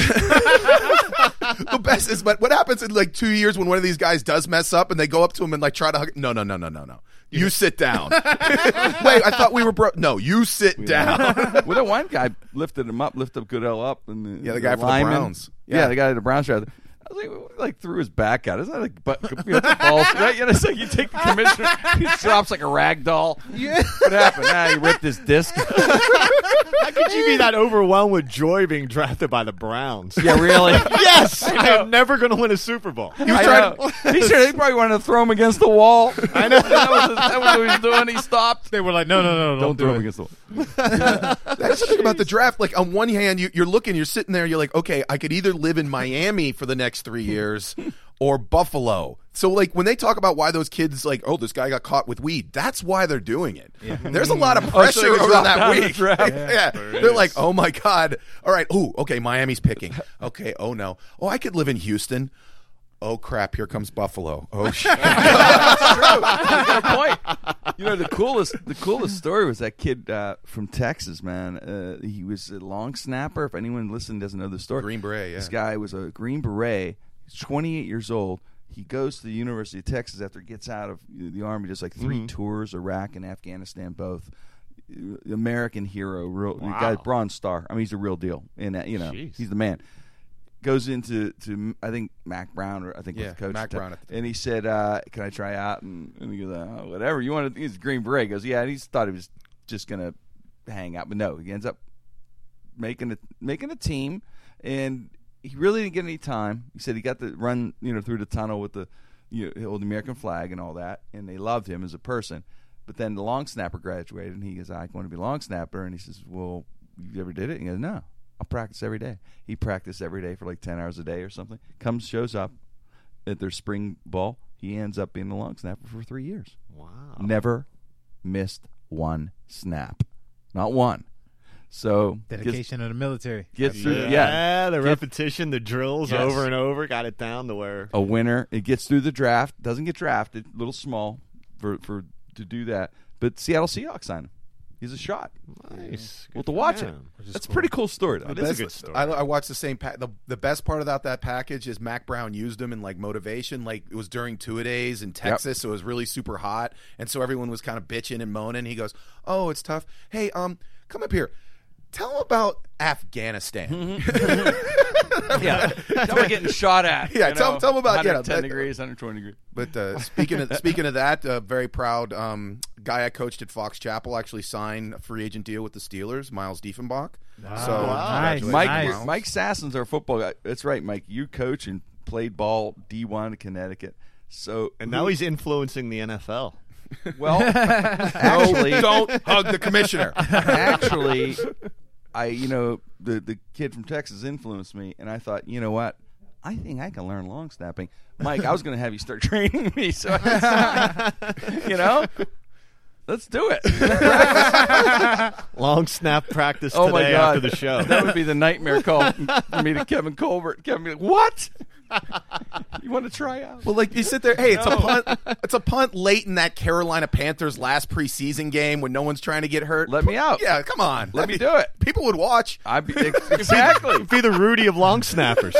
D: the best is, but what happens in like two years when one of these guys does mess up and they go up to him and like try to hug? No, no, no, no, no, no. You sit down. Wait, I thought we were bro. No, you sit down.
A: well, that one guy lifted him up, lifted Goodell up, and the,
D: Yeah, the guy for the
A: lineman-
D: Browns.
A: Yeah.
D: Yeah.
A: the guy at the Browns. Rather. I was like, like threw his back out. Isn't that like but, you know, balls, right? You know, it's like you take the commissioner, he drops like a rag doll. Yeah. What happened? Nah, he ripped his disc.
E: How could you be that overwhelmed with joy being drafted by the Browns?
A: yeah, really.
E: Yes, I am never going to win a Super Bowl.
A: I know. He should. He probably wanted to throw him against the wall. I know. that, was his, that was what he was doing. He stopped.
C: They were like, no, no, no,
A: Don't
C: don't,
A: throw him
C: do it.
A: against the wall.
D: That's the thing about the draft. Like on one hand, you, you're looking, you're sitting there, you're like, okay, I could either live in Miami for the next three years or Buffalo. So like when they talk about why those kids like, oh, this guy got caught with weed, that's why they're doing it. There's a lot of pressure
A: they
D: over
A: dropped
D: that
A: down the
D: week.
A: draft.
D: yeah, they're like, oh my god, all right, ooh, okay, Miami's picking. Okay, oh no, oh I could live in Houston. oh crap, here comes Buffalo. Oh shit.
A: point. You know the coolest the coolest story was that kid uh, from Texas, man. Uh, he was a long snapper. If anyone listening doesn't know the story,
D: Green Beret, yeah.
A: This guy was a Green Beret. He's 28 years old. He goes to the University of Texas after he gets out of the army. Does like 3
D: Mm-hmm.
A: tours, Iraq and Afghanistan, both. Uh, American hero, real the guy, Bronze Star. I mean, he's a real deal, and uh, you know, he's the man goes into to I think Mac Brown or I think was
D: Yeah,
A: the coach,
D: Mac
A: at the time.
D: Brown at the
A: and he said, uh, "Can I try out?" And, and he goes, oh, "Whatever you want." to He's Green Beret. He goes, "Yeah." And he thought he was just gonna hang out, but no, he ends up making a making a team, and he really didn't get any time. He said he got to run, you know, through the tunnel with the you know, the old American flag and all that, and they loved him as a person. But then the long snapper graduated, and he goes, "I want to be a long snapper," and he says, "Well, you ever did it?" And he goes, "No, I practice every day." He practiced every day for like ten hours a day or something. Comes, shows up at their spring ball. He ends up being a long snapper for three years. Wow! Never missed one snap, not one. So gets-
C: Dedication of the military.
A: gets through,
E: Yeah,
A: yeah,
E: the
A: Get-
E: repetition, the drills
A: Yes.
E: over and over, got it down to where
A: a winner. It gets through the draft. Doesn't get drafted. Little small for for to do that. But Seattle Seahawks signed him. He's a shot.
E: nice.
A: Well, to watch it.
E: him.
A: That's a pretty cool story. Though.
E: It is a
D: Best-
E: good story.
D: I, I watched the same. Pa- the the best part about that package is Mac Brown used them in like motivation. Like it was during two a days in Texas, so it was really super hot, and so everyone was kind of bitching and moaning. He goes, "Oh, it's tough. Hey, um, come up here. Tell them about Afghanistan."
E: Mm-hmm.
A: Yeah, tell me getting shot at.
D: Yeah, tell- tell me about- yeah,
A: 110
D: that-
A: degrees, 120 degrees.
D: But uh, speaking of, speaking of that, uh, very proud um, guy I coached at Fox Chapel actually signed a free agent deal with the Steelers, Miles Diefenbach. so
C: Nice.
D: congratulations,
A: Mike
C: Nice.
D: Miles.
A: Mike Sasson's our football guy. That's right, Mike. You coach and played ball D1 in Connecticut. So
E: And now he's influencing the NFL.
A: well. actually,
D: don't hug the commissioner.
A: actually, I you know the the kid from Texas influenced me, and I thought, you know what, I think I can learn long snapping. Mike, I was going to have you start training me, so it's- you know, let's do it.
E: Long snap practice
A: Oh my
E: today
A: god,
E: after the show.
A: that would be the nightmare call for me to Kevin Colbert. Kevin, be like, what? you want to try out?
D: Well, like you sit there, hey, it's a punt. It's a punt late in that Carolina Panthers last preseason game when no one's trying to get hurt.
A: Let me out.
D: Yeah, come on.
A: Let
D: That'd
A: me
D: be-
A: do it.
D: People would watch.
A: I exactly.
E: be the Rudy of long snappers.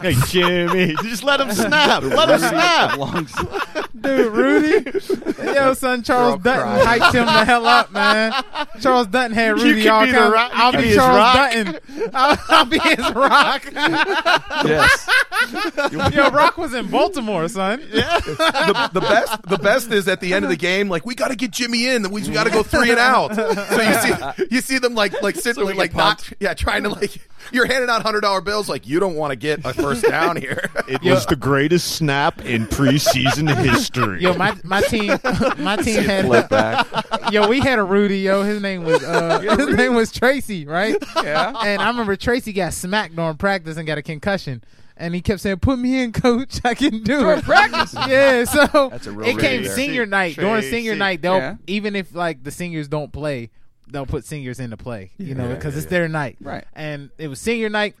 E: hey, Jimmy, just let him snap. Let him snap.
A: Long snap.
C: Dude, Rudy. Yo, son, Charles
D: They're all
C: Dutton hyped him the hell up, man. Charles Dutton had Rudy
E: could
C: all
E: be the
C: kinds-
E: rock- you
C: I'll
E: could
C: be,
E: be his
C: Charles
E: rock.
C: Dutton. I'll, I'll be his rock.
A: Yes.
C: Yo, Rock was in Baltimore, son.
D: The, the best. The best is at the end of the game. Like we got to get Jimmy in. We, we got to go three and out. So you see, you see them like like sitting
A: we get
D: like not. Yeah, trying to like. You're handing out hundred dollar bills. Like you don't want to get a first down here.
E: It was the greatest snap in preseason history.
C: Yo, my my team, my team had
A: Flip back.
C: yo, we had a Rudy. Yo, his name was uh, his name was Tracy, right? Yeah. And I remember Tracy got smacked during practice and got a concussion, and he kept saying, "Put me in, coach. I can do it." practice. yeah. So
A: That's a real
C: it came
A: Rudy there.
C: senior night. During senior
E: Tracy.
C: night, they'll
A: Yeah.
C: even if like the seniors don't play, they'll put seniors into play. You know, because it's their night.
A: Right.
C: And it was senior night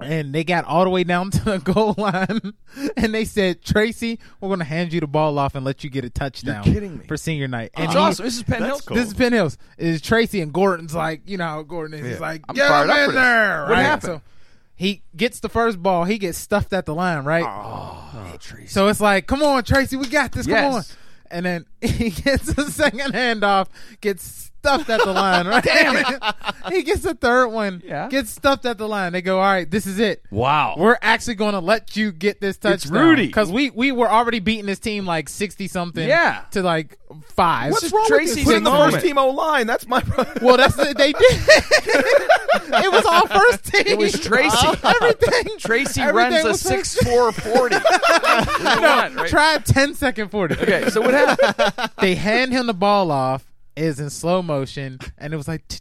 C: and they got all the way down to the goal line, and they said, "Tracy, we're going to hand you the ball off and let you get a touchdown."
A: kidding me.
C: For senior night, and
A: It's
C: he-
A: awesome. This is Penn Hills.
E: cool.
C: This is Penn Hills. Is Tracy and Gordon's like you know how Gordon is? He's like,
A: I'm
C: "Get
A: fired
C: up
A: up
C: in
A: for this."
C: there!"
A: What
C: right?
A: happened?
C: So he gets the first ball. He gets stuffed at the line, right?
A: Oh.
C: So it's like, "Come on, Tracy, we got this. Come
A: Yes.
C: on!" And then he gets a second handoff, gets stuffed at the line, right? Damn it! he gets a third one,
A: Yeah.
C: gets stuffed at the line. They go, "All right, this is it."
A: Wow.
C: We're actually going to let you get this touchdown.
A: Rudy.
C: Because we, we were already beating this team like 60 something
A: Yeah.
C: to like five.
A: What's wrong with Tracy's these
D: Put in the
A: moment.
D: first team O line. That's my.
C: Well, that's the, they did. it was all first team.
A: It was Tracy.
C: Everything.
A: Tracy
C: everything
A: runs a
C: was
A: six
C: first-
A: four forty.
C: No, try a 10 second 40.
A: Okay, so what happened?
C: They hand him the ball off, is in slow motion, and it was like. dun,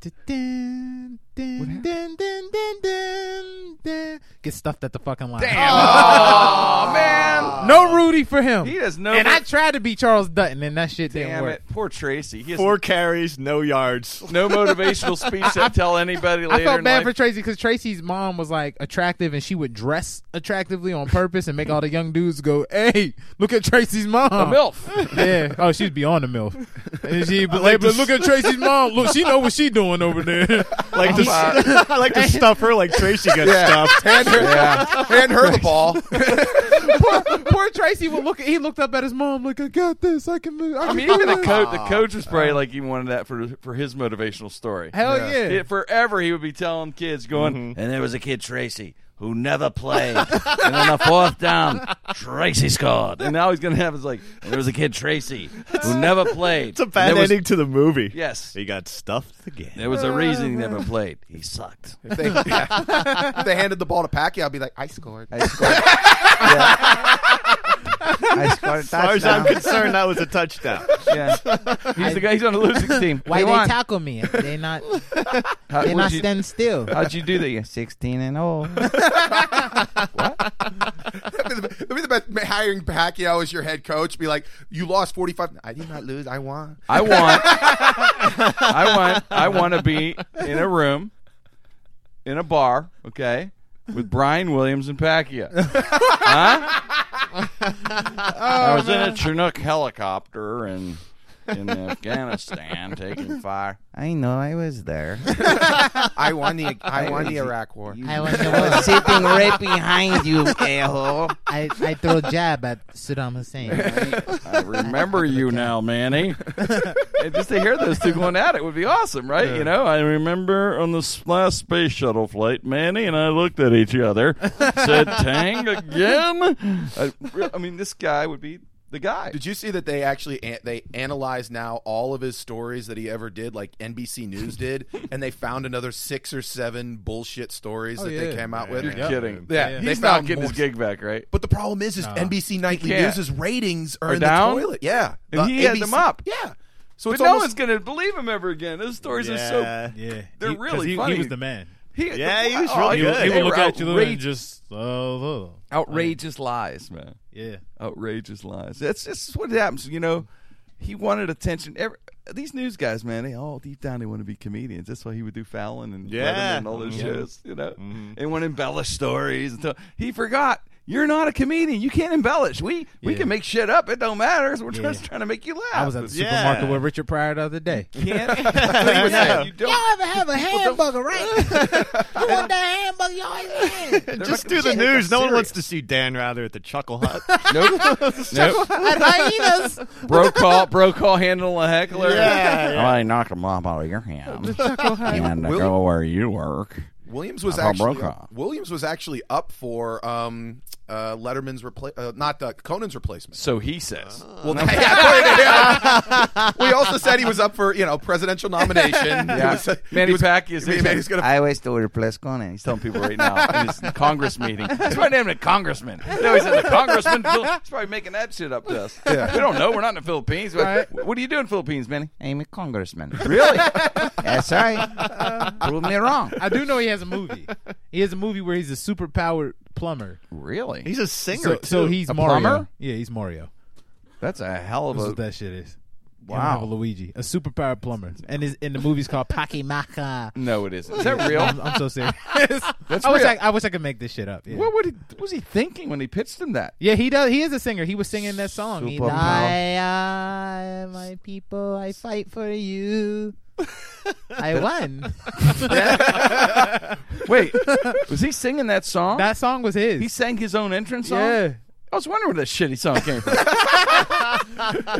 C: dun, dun, dun, dun, dun, dun. Get stuffed at the fucking line.
A: Oh man!
C: No Rudy for him.
A: He does no
C: And
A: Ru-
C: I tried to be Charles Dutton, and that shit didn't
A: Damn
C: work.
A: it. Poor Tracy. He has
E: Four carries, no yards.
A: no motivational speech to tell anybody later.
C: I felt
A: in
C: bad
A: life.
C: for Tracy because Tracy's mom was like attractive, and she would dress attractively on purpose and make all the young dudes go, "Hey, look at Tracy's mom,
A: A MILF.
C: Yeah. Oh, she's beyond the milf. And she, but, like, but look at Tracy's mom. Look, she know what she doing over there.
A: Oh
E: Like to, I like to stuff her like Tracy gets stuffed.
D: Hand her, hand her the ball.
C: poor, poor Tracy would look. He looked up at his mom like, "I got this. I can move. I,
A: I
C: can
A: mean,
C: do
A: even the
C: this."
A: coach, the coach was probably like he wanted that for for his motivational story.
C: Hell yeah.
A: Yeah, forever he would be telling kids, going, and there was a kid Tracy who never played, and on the fourth down, Tracy scored. And now he's gonna have is like, and there was a kid Tracy who never played.
E: It's a bad
A: there was,
E: ending to the movie.
A: Yes,
E: He got stuffed again.
A: there was a reason he never played. He sucked.
D: If they, if they handed the ball to Pacquiao, I'd be like, I scored.
F: I scored. Yeah. I scored.
E: As far as I'm
F: touchdown.
E: concerned, that was a touchdown.
F: Yeah.
A: He's the guy. He's on a losing team.
C: Why
F: They
C: they
F: won.
C: tackle me? They not.
F: How,
C: They
F: would
C: not
F: you,
C: stand still.
F: how'd you do that? You're 16 and old.
D: That'd be the- that'd be the best. Hiring Pacquiao as your head coach, be like, you lost 45. I did not lose. I won.
A: I want, I want, I want to be in a room, in a bar, okay, with Brian Williams and Pacquiao. Huh? I was in a Chinook helicopter and in Afghanistan taking fire.
F: I know. I was there.
D: I won the I won the Iraq War.
F: You-
C: I
F: I
C: was the one.
F: was sitting right behind you, a-hole.
C: I, I throw jab at Saddam Hussein.
A: I remember you now, Manny. And just to hear those two going at it would be awesome, right? You know, I remember on this last space shuttle flight, Manny and I looked at each other, said, "Tang again." I, I mean, this guy would be the guy.
D: Did you see that they actually an- they analyzed now all of his stories that he ever did, like NBC News did, and they found another six or seven bullshit stories
A: Oh,
D: that they
C: yeah.
D: came out with.
A: You're kidding?
D: Yeah, yeah.
A: he's
D: They
A: not
D: found
A: getting his
D: more-
A: gig back, right?
D: But the problem is, is NBC Nightly
A: He can't.
D: News's ratings are,
A: Are
D: in
A: down?
D: the toilet. Yeah,
A: And
D: The
A: he had them up.
D: Yeah, so
A: But
D: it's
A: no
D: almost
A: one's going to believe him ever again. Those stories are
E: Yeah.
A: so.
G: Yeah,
A: They're
G: He- 'cause
A: really
G: he,
A: funny.
G: He was the man.
A: He,
E: Yeah, he was
A: oh,
E: really
G: He would,
E: good.
G: he
A: they
G: would look
A: were
G: at you and
A: outrage-
G: just uh, uh,
A: outrageous lies, man.
G: yeah.
A: outrageous lies. That's just what happens. You know, he wanted attention. Every, these news guys, man, they all deep down they want to be comedians. That's why he would do Fallon and
E: Yeah.
A: Letterman and all those
C: Mm-hmm.
A: shows. You know, and want to embellish stories. And tell, he forgot. You're not a comedian. You can't embellish. We we can make shit up. It don't matter. We're just trying to make you laugh.
C: I was at the
E: Yeah.
C: supermarket with Richard Pryor the other day.
A: But he was saying, you don't.
C: Y'all ever have a hamburger, right? you want that hamburger? You always had.
E: Just do the news. No one wants to see Dan Rather at the Chuckle Hut.
A: Nope. nope.
C: At hyenas.
A: Bro call. Bro call. Handle a heckler.
E: Yeah, yeah.
A: I knocked a mop out of your hand and
D: Will-
A: go where you work.
D: Williams was
A: How about
D: actually
A: Brokaw?
D: Williams was actually up for um, uh, Letterman's repla- uh, not uh, Conan's replacement.
A: So he says.
C: Uh-huh.
D: Well, yeah, we also said he was up for you know presidential nomination. He was, uh,
A: Manny
D: he was-
A: Pacquiao is-
D: he- Manny's gonna.
F: I always do replace Conan.
A: telling people right now in this Congress meeting. That's why I named it Congressman. No, he's in the Congressman. He's probably making that shit up to us. We don't know. We're not in the Philippines. What do you do in Philippines, Manny?
F: I'm a congressman.
A: Really?
F: That's right. Prove me wrong.
C: I do know he has a movie. He has a movie where he's a superpowered plumber.
A: really?
E: He's a singer.
C: So,
E: too.
C: so he's
A: A
C: Mario.
A: plumber?
C: Yeah, he's Mario.
A: That's a hell of
C: That's what
A: a.
C: that shit is. Wow. have a Luigi, a superpowered plumber, and his, and the movie's called Paki Maka.
A: No, it isn't. Is that real?
C: I'm, I'm so serious.
A: That's
C: I wish
A: real.
C: I, I wish I could make this shit up. Yeah.
A: what, would he, what was he thinking when he pitched him that?
C: Yeah, he does. He is a singer. He was singing that song. He,
F: Superpower.
C: I, I, my people, I fight for you. I won.
A: Wait, was he singing that song?
C: That song was his.
A: he sang his own entrance song?
C: Yeah.
A: I was wondering where that shitty song came from.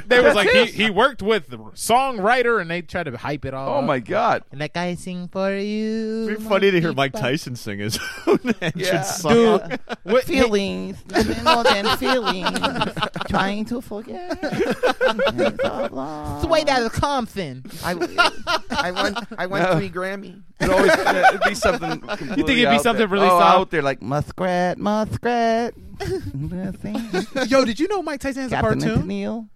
C: They was like he,
A: his.
C: he worked with the songwriter, and they tried to hype it all.
A: oh,
C: up.
A: my God.
C: And like I sing for you.
E: It'd be
C: my
E: funny to hear Mike
C: people."
E: Tyson sing his own entrance
A: Yeah.
E: song.
C: What-
F: Feelings, nothing more than feelings. Trying to forget.
C: It's the way that is Compton.
F: I, I want, I want three Grammy.
A: It always, it'd be something. completely
C: it'd be
A: out
C: something
A: there.
C: really
A: oh,
C: soft?
A: out there like
F: Muskrat, muskrat. Nothing.
C: Yo, did you know Mike Tyson has a
F: Captain
C: cartoon?
F: Tennille.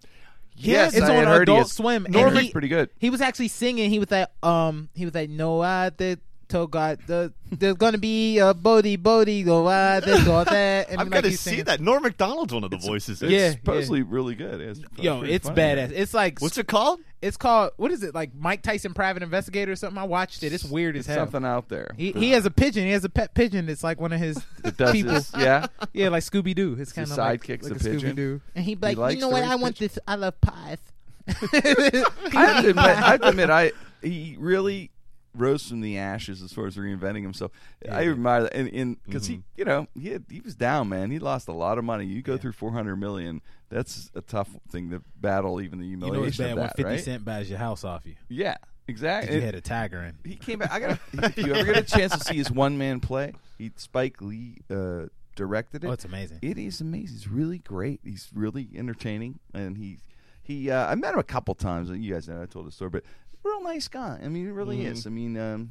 A: Yes,
C: it's
A: I
C: on
A: heard he
C: Adult
A: is.
C: Swim. and
A: Norman's
C: he-
A: pretty good.
C: He was actually singing. He was like, um, he was like, no, I did told God, the, there's going to be a Bodhi, Bodhi, go ah, this, go that. And
E: I've
C: like,
E: got to
C: he's
E: see
C: singing-
E: that. Norm McDonald's one of the voices. in it.
C: Yeah, yeah.
A: It's supposedly really good. It's
C: Yo,
A: pretty
C: it's
A: funny.
C: badass. It's like
E: What's it called?
C: It's called what is it like Mike Tyson Private Investigator or something? I watched it. It's weird as hell.
A: Something out there.
C: He he has a pigeon. He has a pet pigeon. that's like one of his
A: It does
C: people.
A: this. Yeah.
C: Yeah, like Scooby Doo. It's kind of like,
A: sidekick's
C: like
A: a
C: a
A: pigeon.
C: Scooby Doo. And he'd
A: He
C: be like,
A: likes
C: you know what?
A: the
C: I want this. I love pies.
A: I have to admit, I, have to admit, I he really rose from the ashes as far as reinventing himself. I admire that, and- and because he,
C: Mm-hmm.
A: you know, he had, he was down, man. He lost a lot of money. You go through four hundred million. That's a tough thing to battle, even the
C: you
A: humiliation
C: know it's bad
A: of
C: when
A: that,
C: Fifty
A: right?
C: Cent buys your house off you.
A: Yeah, exactly.
C: You
A: And
C: had a tiger in.
A: he came back. I got. If you ever get a chance to see his one man play, he Spike Lee uh, directed it.
C: Oh, it's amazing.
A: It is amazing. He's really great. He's really entertaining, and he he. Uh, I met him a couple times. and You guys know I told the story, but real nice guy. I mean, he really is. I mean, um,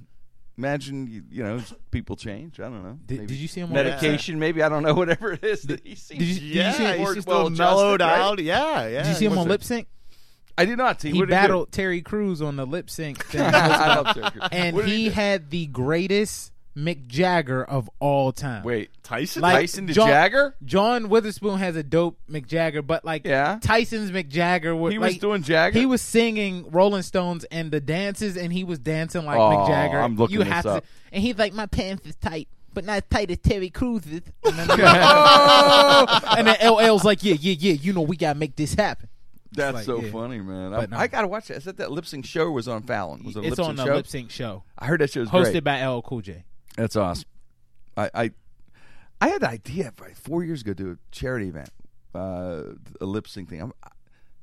A: imagine you, you know people change. I don't know.
C: Did,
A: Maybe
C: did you see him? on-
A: medication? Maybe I don't know. Whatever it is that he seems.
C: Did you, did you see?
E: Yeah,
C: Him,
E: he's
A: Lord
E: just
A: well
E: all mellowed
A: adjusted, right?
E: out. Yeah, yeah.
C: did you see him
E: What's
C: on
E: it?
C: Lip Sync?
A: I did not see.
C: He
A: What did do?
C: battled Terry Crews on the Lip Sync thing.
A: I love Turkey.
C: and
A: What did
C: he
A: do?
C: had the greatest Mick Jagger of all time.
A: wait.
E: Tyson?
C: Like-
A: Tyson to
C: John-
A: Jagger.
C: John Witherspoon has a dope Mick Jagger, but like
A: Yeah.
C: Tyson's Mick Jagger was
A: He was
C: like,
A: doing Jagger?
C: He was singing Rolling Stones and the dances, and he was dancing like
A: Oh,
C: Mick Jagger.
A: I'm looking
C: you
A: this
C: have
A: up.
C: to, and he's like, my pants is tight. But not as tight as Terry Cruz's. And then, "Oh!" and then LL's like, yeah, yeah, yeah. You know, we gotta make this happen.
A: That's
C: like,
A: so
C: yeah.
A: funny, man. I,
C: But no.
A: I gotta watch that. Is that that lip sync show? Or was it on Fallon? Was it a
C: it's
A: lip
C: on
A: sync
C: the
A: show?
C: lip sync show
A: I heard that show was
C: hosted
A: great.
C: by LL Cool J.
A: That's awesome. I, I I had the idea about four years ago to do a charity event, uh, a lip sync thing. I'm,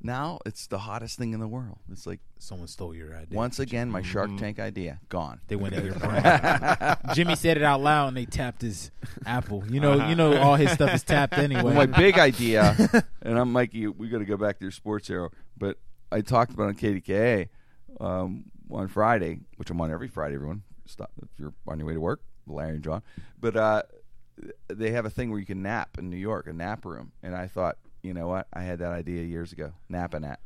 A: now it's the hottest thing in the world. It's like
C: Someone stole your idea.
A: once again my Shark Tank idea gone.
C: They went in your brain. Jimmy said it out loud, and they tapped his Apple. You know,
A: Uh-huh.
C: you know, all his stuff is tapped anyway.
A: Well, my big idea, and I'm Mikey. We got to go back to your sports arrow, but I talked about it on KDKA um, on Friday, which I'm on every Friday. Everyone, stop if you're on your way to work, Larry and John. But uh, they have a thing where you can nap in New York, a nap room, and I thought, you know what? I had that idea years ago. Nap a nap.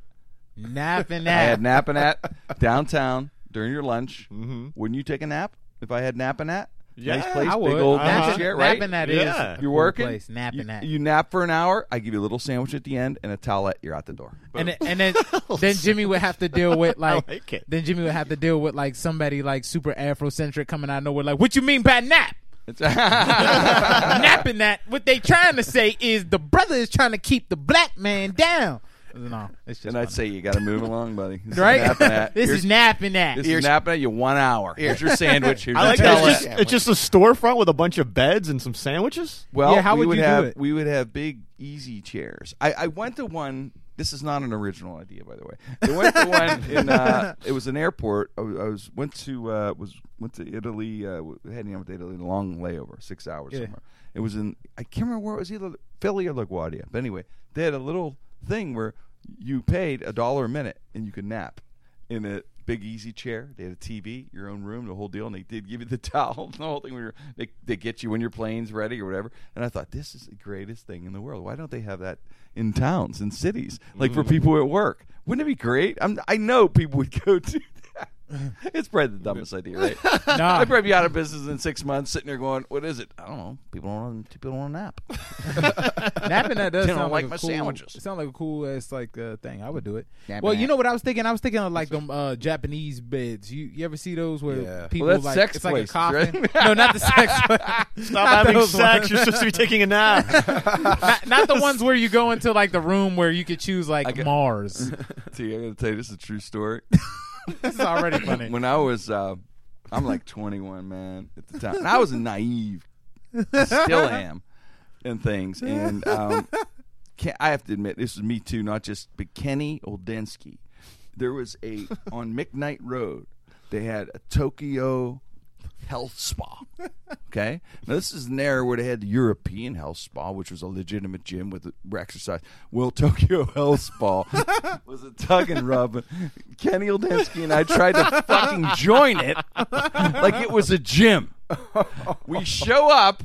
C: nap and
A: I had nap
C: nap.
A: a nap downtown during your lunch. Wouldn't you take a nap if I had nap a nap? nice
E: Yeah,
A: place,
C: Mm-hmm. I
A: big
C: would.
A: old
E: Uh-huh.
A: beach chair, right?
C: Napping that is
E: Yeah.
C: a
A: You're
C: cool
A: working.
C: Place. Napping
A: you,
C: that.
A: you nap for an hour. I give you a little sandwich at the end and a towelette. You're out the door.
C: and then, and then, then Jimmy would have to deal with like,
E: like it.
C: then Jimmy would have to deal with like somebody like super Afrocentric coming out of nowhere like, what you mean by nap?
A: It's-
C: Napping that. What they trying to say is the brother is trying to keep the black man down. No, it's just
A: and I'd say you got to move along, buddy. This
C: right.
A: Is napping at.
C: this
A: Here's-
C: is napping that.
A: This is napping at you one hour. Here's your sandwich. Here's
E: I
A: your
E: like that.
A: towelette.
E: It's just, it's just a storefront with a bunch of beds and some sandwiches.
A: Well,
C: Yeah, how
A: we
C: would
A: would
C: you do
A: have
C: it?
A: we would have big easy chairs. I, I went to one. This is not an original idea, by the way. I went to one in. Uh, it was an airport. I was, I was went to uh, was went to Italy. Uh, w- heading out to Italy, a long layover, six hours somewhere. It was in. I can't remember where it was either Philly or LaGuardia. But anyway, they had a little thing where you paid a dollar a minute and you could nap in a big easy chair. They had a TV, your own room, the whole deal, and they did give you the towel, and the whole thing. When you're, they they get you when your plane's ready or whatever. And I thought this is the greatest thing in the world. Why don't they have that in towns and cities, like for people at work? Wouldn't it be great? I'm, I know people would go to. that. It's probably the dumbest idea, right?
C: Nah.
A: I'd probably be out of business in six months, sitting there going, "What is it? I don't know. People don't want people don't want to nap."
C: Napping that does
A: They don't
C: sound
A: like
C: like,
A: my
C: a cool,
A: sandwiches.
C: It sounds like a cool ass like uh, thing. I would do it.
A: Napping
C: well, you
A: that.
C: know what I was thinking? I was thinking of like them uh, Japanese beds. You you ever see those where people
A: Well, that's
C: like
A: sex
C: it's like
A: places,
C: a coffin?
A: right?
C: No, not the sex.
E: Stop having
C: those
E: sex.
C: ones.
E: You're supposed to be taking a nap.
C: not, not the ones where you go into like the room where you could choose like Mars.
A: See, I gotta tell you, this is a true story.
C: this is already funny.
A: when I was, uh, I'm like 21, man, at the time. And I was naive, I still am, and things. And um, Ken, I have to admit, this is me too, not just, but Kenny Oldensky. There was a on McKnight Road. They had a Tokyo health spa. Okay, now this is an era where they had the European health spa, which was a legitimate gym with exercise. Well, Tokyo health spa was a tug and rub. Kenny Oldensky and I tried to fucking join it like it was a gym. We show up.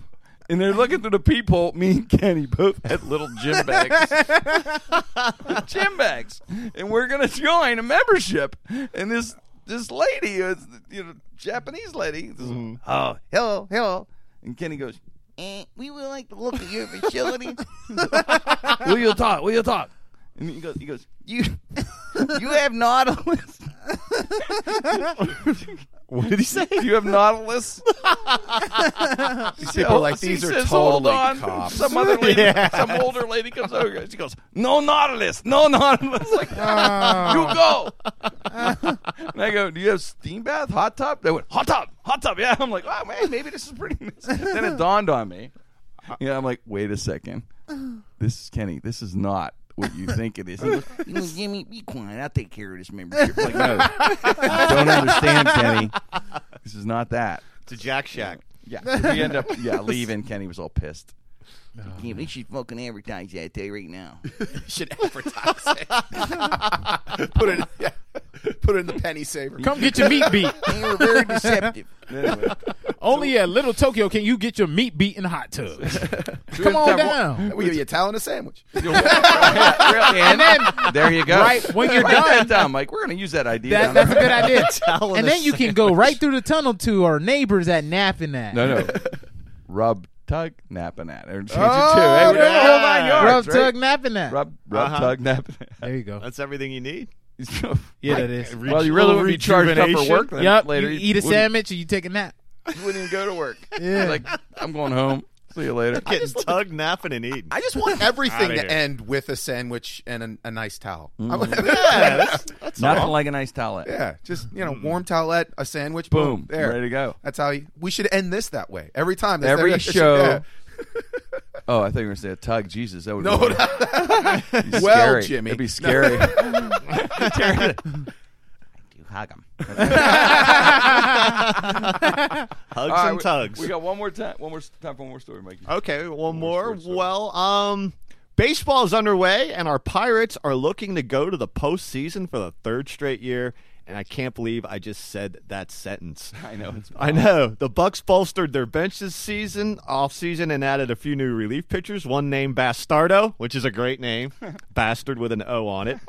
A: And they're looking through the people. Me and Kenny both had little gym bags gym bags, and we're gonna join a membership. And this this lady, uh, you know, Japanese lady. This- Oh, hello, hello. And Kenny goes, eh, we would like to look at your facility. will you talk? Will you talk? And he goes, he goes, you, you have Nautilus.
E: What did he say?
A: You have Nautilus.
D: These people are like
A: She
D: these are
A: says, "Hold
D: totally
A: on."
D: cops.
A: Some other lady, some older lady comes over. and She goes, "No Nautilus, no Nautilus." Like, you go. and I go, "Do you have steam bath, hot tub?" They went, "Hot tub, hot tub." Yeah, I'm like, "Oh man, maybe this is pretty." then it dawned on me. Yeah, I'm like, "Wait a second. This is Kenny. This is not." What you think it is? He goes,
F: You know, Jimmy, be quiet. I'll take care of this membership.
A: like, no, I don't understand, Kenny. This is not that.
E: It's a Jack Shack.
A: Yeah, we end up yeah leaving. Kenny was all pissed.
F: Yeah, they should fucking advertise that day right now.
D: should advertise it. put it, yeah, put it in the penny saver.
C: Come get your meat beat.
F: They were very deceptive.
A: Anyway.
C: Only at Little Tokyo can you get your meat beat in hot tubs. Come on down.
D: we give you a towel and a sandwich.
A: and then there you go.
C: Right, when you're
A: Write that
C: done-
A: down, Mike. We're going to use that idea.
C: That,
A: down
C: that's a
A: there.
C: good idea.
E: Towel
C: And
E: a
C: then you can go right through the tunnel to our neighbors at Napanat.
A: no, no. Rub, tug, napping at. Or change it to.
C: Oh,
A: Hey, we're doing the whole nine
C: Rub,
A: yards, right?
C: tug, Napanat.
A: Rub, rub,
E: Uh-huh.
A: tug, napping at.
C: There you go.
E: That's everything you need.
C: Yeah, that is.
A: well, you really would be charged up for work then
C: Yep.
A: later.
C: you eat a
A: wouldn't-
C: sandwich and you take a nap.
A: You wouldn't even go to work.
C: Yeah.
A: Like, I'm going home. See you later.
E: Getting tugged, napping, and eating.
D: I just want everything
E: Outta
D: to
E: here.
D: end with a sandwich and a, a nice towel.
A: Mm.
D: I want-
E: yeah, that's, that's
A: Nothing
E: all.
A: like a nice towelette.
D: yeah, just you know, warm towelette, a sandwich, boom,
A: Boom.
D: there,
A: Ready to go.
D: That's how you, we should end this that way every time. That's-
A: Every
D: that should-
A: show.
D: yeah.
A: Oh, I thought you were going to say a tug. Jesus, that would
D: No,
A: be
D: not- well,
A: scary.
D: Jimmy,
A: It'd be scary.
F: You hug 'em.
E: Hugs
A: All right,
E: and
A: we-
E: tugs.
A: We got one more time. One more s- time for one more story, Mikey.
E: Okay, one more.
A: more sports, sorry.
E: Well, um, baseball is underway, and our Pirates are looking to go to the postseason for the third straight year. And I can't believe I just said that sentence.
A: I know. It's
E: I know the Bucks bolstered their bench this season, off season, and added a few new relief pitchers. One named Bastardo, which is a great name, bastard with an O on it.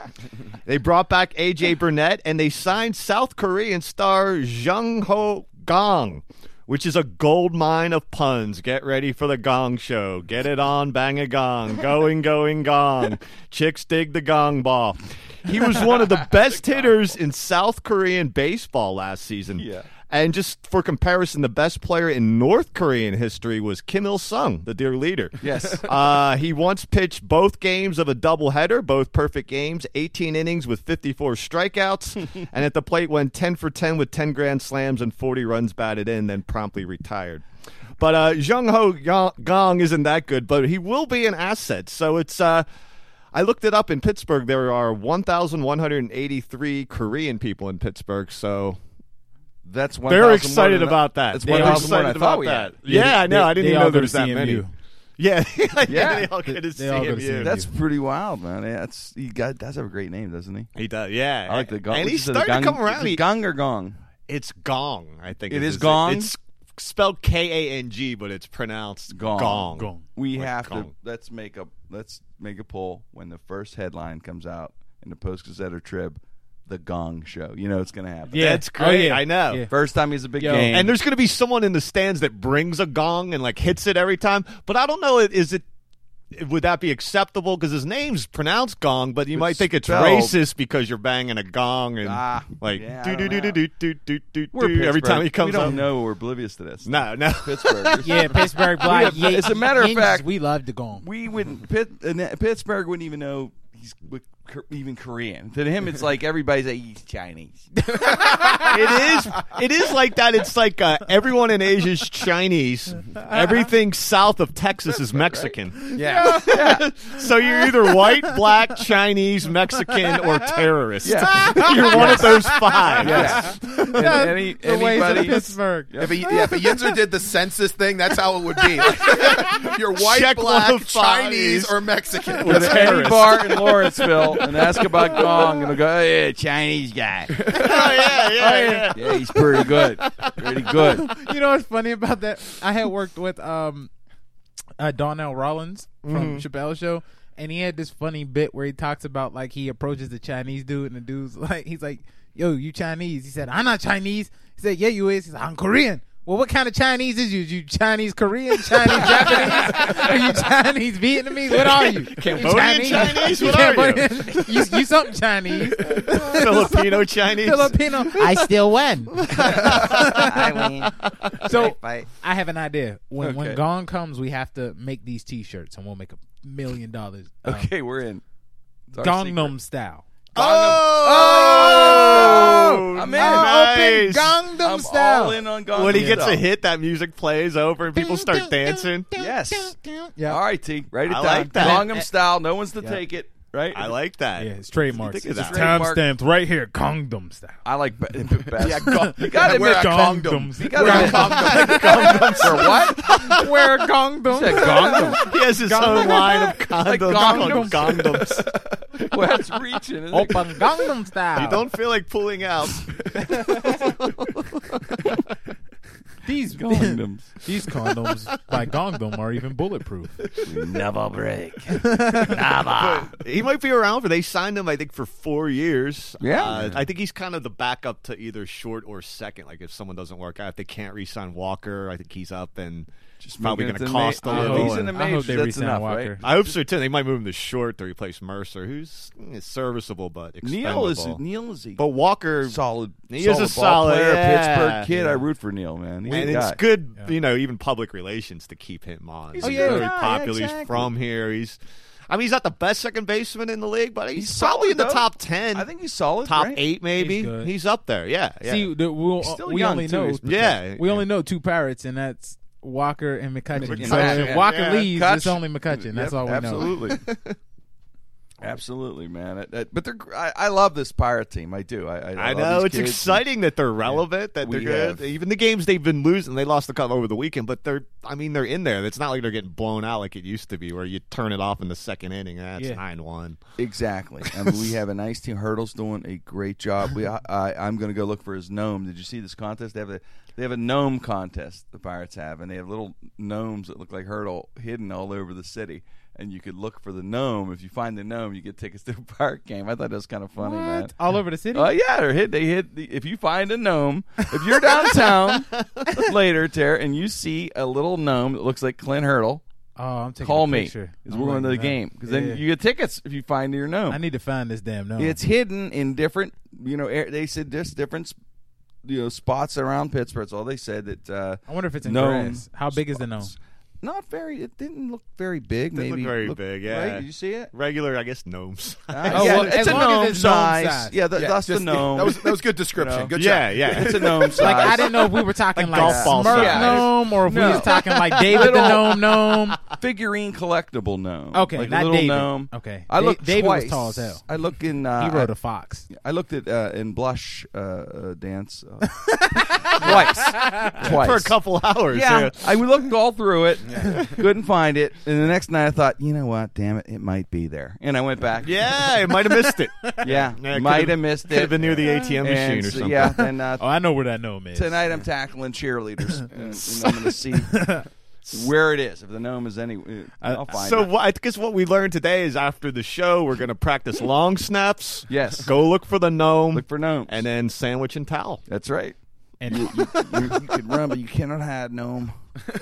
E: They brought back AJ Burnett, and they signed South Korean star Jung Ho Gong, which is a gold mine of puns. Get ready for the Gong Show. Get it on, bang a gong, going, going, gong. Chicks dig the gong ball. He was one of the best hitters in South Korean baseball last season.
A: Yeah.
E: And just for comparison, the best player in North Korean history was Kim Il Sung, the dear leader.
A: Yes.
E: uh, he once pitched both games of a doubleheader, both perfect games, 18 innings with 54 strikeouts, and at the plate went 10 for 10 with 10 grand slams and 40 runs batted in, then promptly retired. But uh, Jung Ho Gong- Gong isn't that good, but he will be an asset. So it's. Uh, I looked it up in Pittsburgh. There are 1,183 Korean people in Pittsburgh, so
A: That's one.
E: they're excited about that.
A: It's
E: They're
A: one thousand more than I
E: excited
A: thought
E: about
A: we
E: that.
A: had.
E: Yeah, I know. I didn't
C: They- they
E: even know
C: all go
E: there
C: to
E: was that many.
C: CMU.
E: Yeah, yeah,
A: Yeah.
E: they all get to
C: They all go to
E: CMU.
C: CMU.
A: That's pretty wild, man. Yeah, That's he got. That's a great name, doesn't he?
E: He does. Yeah,
A: I like the gong.
E: And
A: What'd
E: he's
A: you say, the
E: starting to
A: gong-
E: come around.
A: is it
E: He-
A: gong or gong?
E: It's gong. I think
A: It is
E: his-
A: gong?
E: It's spelled K A N G, but it's pronounced
A: Gong.
E: Gong.
C: Gong.
A: We have to.
E: gong.
A: Let's make a. Let's make a poll when the first headline comes out in the Post Gazette or Trib, the Gong Show. You know it's gonna happen.
C: Yeah.
E: That's
C: Oh,
E: great.
C: yeah.
E: I know.
C: Yeah.
A: First time he's a big
C: Yo.
A: game.
E: Oh, And there's going to be someone in the stands that brings a gong and like hits it every time. But I don't know. Is it? Would that be acceptable? Because his name's pronounced Gong, but you might think it's
A: spelled-
E: racist because you're banging a gong and
A: Ah,
E: like
A: yeah, I don't
E: do do do do
A: know.
E: do do do do
A: We're
E: do every
A: Pittsburgh.
E: time he comes
A: We don't
E: up.
A: know. We're oblivious to this.
E: No, no.
A: Pittsburgh.
C: Yeah, Pittsburgh Black.
A: We have- as a matter of fact-
C: we love the gong.
A: we wouldn't Pitt, and that- Pittsburgh wouldn't even know he's w- K- even Korean. To him, it's like everybody's like he's Chinese.
E: it is. It is like that. It's like uh, everyone in Asia is Chinese. Everything south of Texas is Mexican.
A: Yeah,
E: So you're either white, black, Chinese, Mexican, or terrorist.
A: yeah.
E: You're one of those five.
A: Yes. And any,
C: The ways of
A: anybody,
C: Pittsburgh.
D: If a, yeah, if a Yinzer did the census thing, that's how it would be. If you're white,
E: Check one
D: black,
E: of five.
D: Chinese, or Mexican.
E: With
D: That's-
A: any
E: terrorists.
A: bar in Lawrenceville and ask about Gong, and they'll go, oh, yeah, Chinese guy.
E: Oh, yeah, yeah, yeah.
A: Yeah, he's pretty good. Pretty good.
C: you know what's funny about that? I had worked with um, uh, Donnell Rollins
E: Mm-hmm.
C: from Chappelle Show, and he had this funny bit where he talks about like he approaches the Chinese dude, and the dude's like, he's like, yo, you Chinese? He said, I'm not Chinese. He said, yeah, you is. He said, I'm Korean. Well, what kind of Chinese is you? You Chinese Korean, Chinese Japanese, are you Chinese Vietnamese? What are you?
E: Cambodian Chinese?
C: You
E: What are you?
C: Cambodian? you? You something Chinese?
E: Filipino Chinese.
C: Filipino? I still win.
F: I mean,
C: So-
F: great fight.
C: I have an idea. When when
A: Okay.
C: Gone comes, we have to make these T-shirts, and we'll make a million dollars. Um,
A: Okay, we're in. It's our
C: Gangnam style.
E: Oh,
A: I'm in.
E: nice.
C: Open
A: secret.
C: Gangnam
A: I'm
C: style.
A: all in on Gangnam.
E: When he gets
A: Style.
E: a hit, that music plays over and people start dancing.
A: Yes.
C: Yeah.
A: All right, T. Write it
E: I
A: down.
E: like that.
A: Gangnam style. No one's to take it. Right.
E: I like that.
C: Yeah, it's trademarked.
E: Think
C: It's
E: of that.
C: time
A: Trademark.
C: stamped right here. Gangnam style.
A: I like b- b- best.
D: Yeah, go-
A: you gotta
D: wear
A: admit,
D: a condom.
C: Gangnam.
A: you gotta admit, for what?
C: Wear a condom.
A: Said Gangnam.
E: He has his own line of condoms.
A: condoms.
E: called condoms.
A: Well, it's reaching. isn't it?
C: Open Gangnam style.
E: you don't feel like pulling out.
C: these
A: Gangnams.
C: These condoms by Gangnam are even bulletproof.
A: Never break.
E: he might be around for. They signed him, I think, for four years.
A: Yeah.
E: Uh, I think he's kind of the backup to either short or second. Like if someone doesn't work out, if they can't re-sign Walker, I think he's up and just probably
A: making
E: going
A: it
E: to cost
A: the
E: a
A: ma-
E: little.
A: Oh, he's in
E: and-
A: the
C: I hope
A: majors,
C: they
A: that's
C: resign
A: enough,
C: Walker.
A: right?
E: I hope so too. They might move him to short to replace Mercer, who's mm, serviceable but
A: Neil is
E: expendable.
A: Neil is a
E: But Walker,
A: solid.
E: He is
A: solid
E: a
A: ball
E: solid,
A: player,
E: yeah.
A: Pittsburgh kid. I root for Neil, man. He's
E: and
A: a
E: it's
A: guy.
E: good, you know, even public relations to keep him on. He's
C: a
E: very
C: good guy,
E: popular.
C: exactly.
E: He's from here. He's, I mean, he's not the best second baseman in the league, but he's,
A: He's
E: probably
A: solid,
E: in the
A: though.
E: top ten.
A: I think he's solid.
E: top
A: right?
E: eight, maybe.
C: He's
E: He's,
C: good.
E: up there. Yeah, yeah.
C: See, the, we'll,
A: He's still
C: we
A: young,
C: only
A: too.
C: know
A: He's
E: yeah,
C: we
E: yeah.
C: only know two pirates, and that's Walker and McCutcheon.
A: McCutcheon.
C: So if
A: Yeah.
C: Walker
E: Yeah.
C: leaves, it's
A: Cutch-
C: only McCutcheon. That's
A: Yep,
C: all we know.
A: absolutely. Absolutely, man. It- it- but they're. gr- I, I love this pirate team. I do. I. I,
E: I
A: love
E: know
A: these
E: it's
A: kids.
E: exciting that they're relevant, that
A: We
E: they're good.
A: have-
E: Even the games they've been losing, they lost the cup over the weekend, but they're. I mean, they're in there. It's not like they're getting blown out like it used to be, where you turn it off in the second inning. That's
C: Yeah.
E: nine one.
A: Exactly. And we have a nice team. Hurdle's doing a great job. We. I, I, I'm going to go look for his gnome. Did you see this contest? They have a. They have a gnome contest. The pirates have, and they have little gnomes that look like Hurdle hidden all over the city. And you could look for the gnome. If you find the gnome, you get tickets to a pirate game. I thought that was kind of funny, man.
C: All over the city.
A: Oh yeah, they're hit. They hit. The, if you find a gnome, if you're downtown later, Tara, and you see a little gnome that looks like Clint Hurdle,
C: Oh, I'm taking
A: call
C: a
A: me
C: picture.
A: because
C: I'm
A: we're going to the
C: writing it
A: game.
C: down.
A: Because
C: Yeah.
A: then you get tickets if you find your gnome.
C: I need to find this damn number.
A: it's hidden in different. You know, air, they said there's different, s- you know, spots around Pittsburgh. That's all they said. That uh,
C: I wonder if it's in
A: gnome
C: grass. How big is the gnome?
A: spots. Not very. It didn't look very big.
E: Didn't look
A: maybe
E: very big, yeah.
A: Right? Did you see it?
E: Regular, I guess, gnomes.
A: Uh,
C: Oh,
A: yeah,
C: well, as
A: it's a
C: long as
A: gnome
C: it's gnome
A: size.
C: size.
A: Yeah, that,
D: Yeah,
A: that's
D: just-
A: the gnome.
D: That was that was good description. Good
E: yeah,
D: job.
E: yeah.
A: it's a gnome size.
C: Like I didn't know if we were talking like,
E: golf ball
C: Smurf
A: size.
C: gnome or if we
A: No.
C: was talking like David the
A: Little-
C: gnome gnome.
A: figurine collectible gnome.
C: Okay,
A: like a
C: not
A: little
C: David.
A: gnome.
C: Okay.
A: I
C: Da-
A: looked
C: David was
A: twice.
C: tall as hell.
A: I look in. Uh,
C: He rode a fox.
A: I looked at uh, in blush uh, uh, dance uh, twice. Twice
E: for a couple hours.
A: Yeah, I looked all through it, couldn't find it, and the next night I thought, you know what? Damn it, it might be there, and I went back.
E: Yeah, I might have missed it.
A: yeah,
E: Yeah, it
A: might
E: could've-
A: have missed
E: Could have
A: it.
E: been near the ATM machine
A: And
E: or
A: so,
E: something.
A: Yeah, then uh,
C: Oh, I know where that gnome is.
A: tonight I'm tackling cheerleaders, and, and I'm going to see where it is. If the gnome is any, uh, I'll find
E: So
A: it.
E: what, I guess what we learned today is after the show, we're going to practice long snaps.
A: Yes.
E: Go look for the gnome.
A: Look for gnomes,
E: and then sandwich and towel.
A: that's right.
C: And
A: you, you could run, but you cannot hide gnome.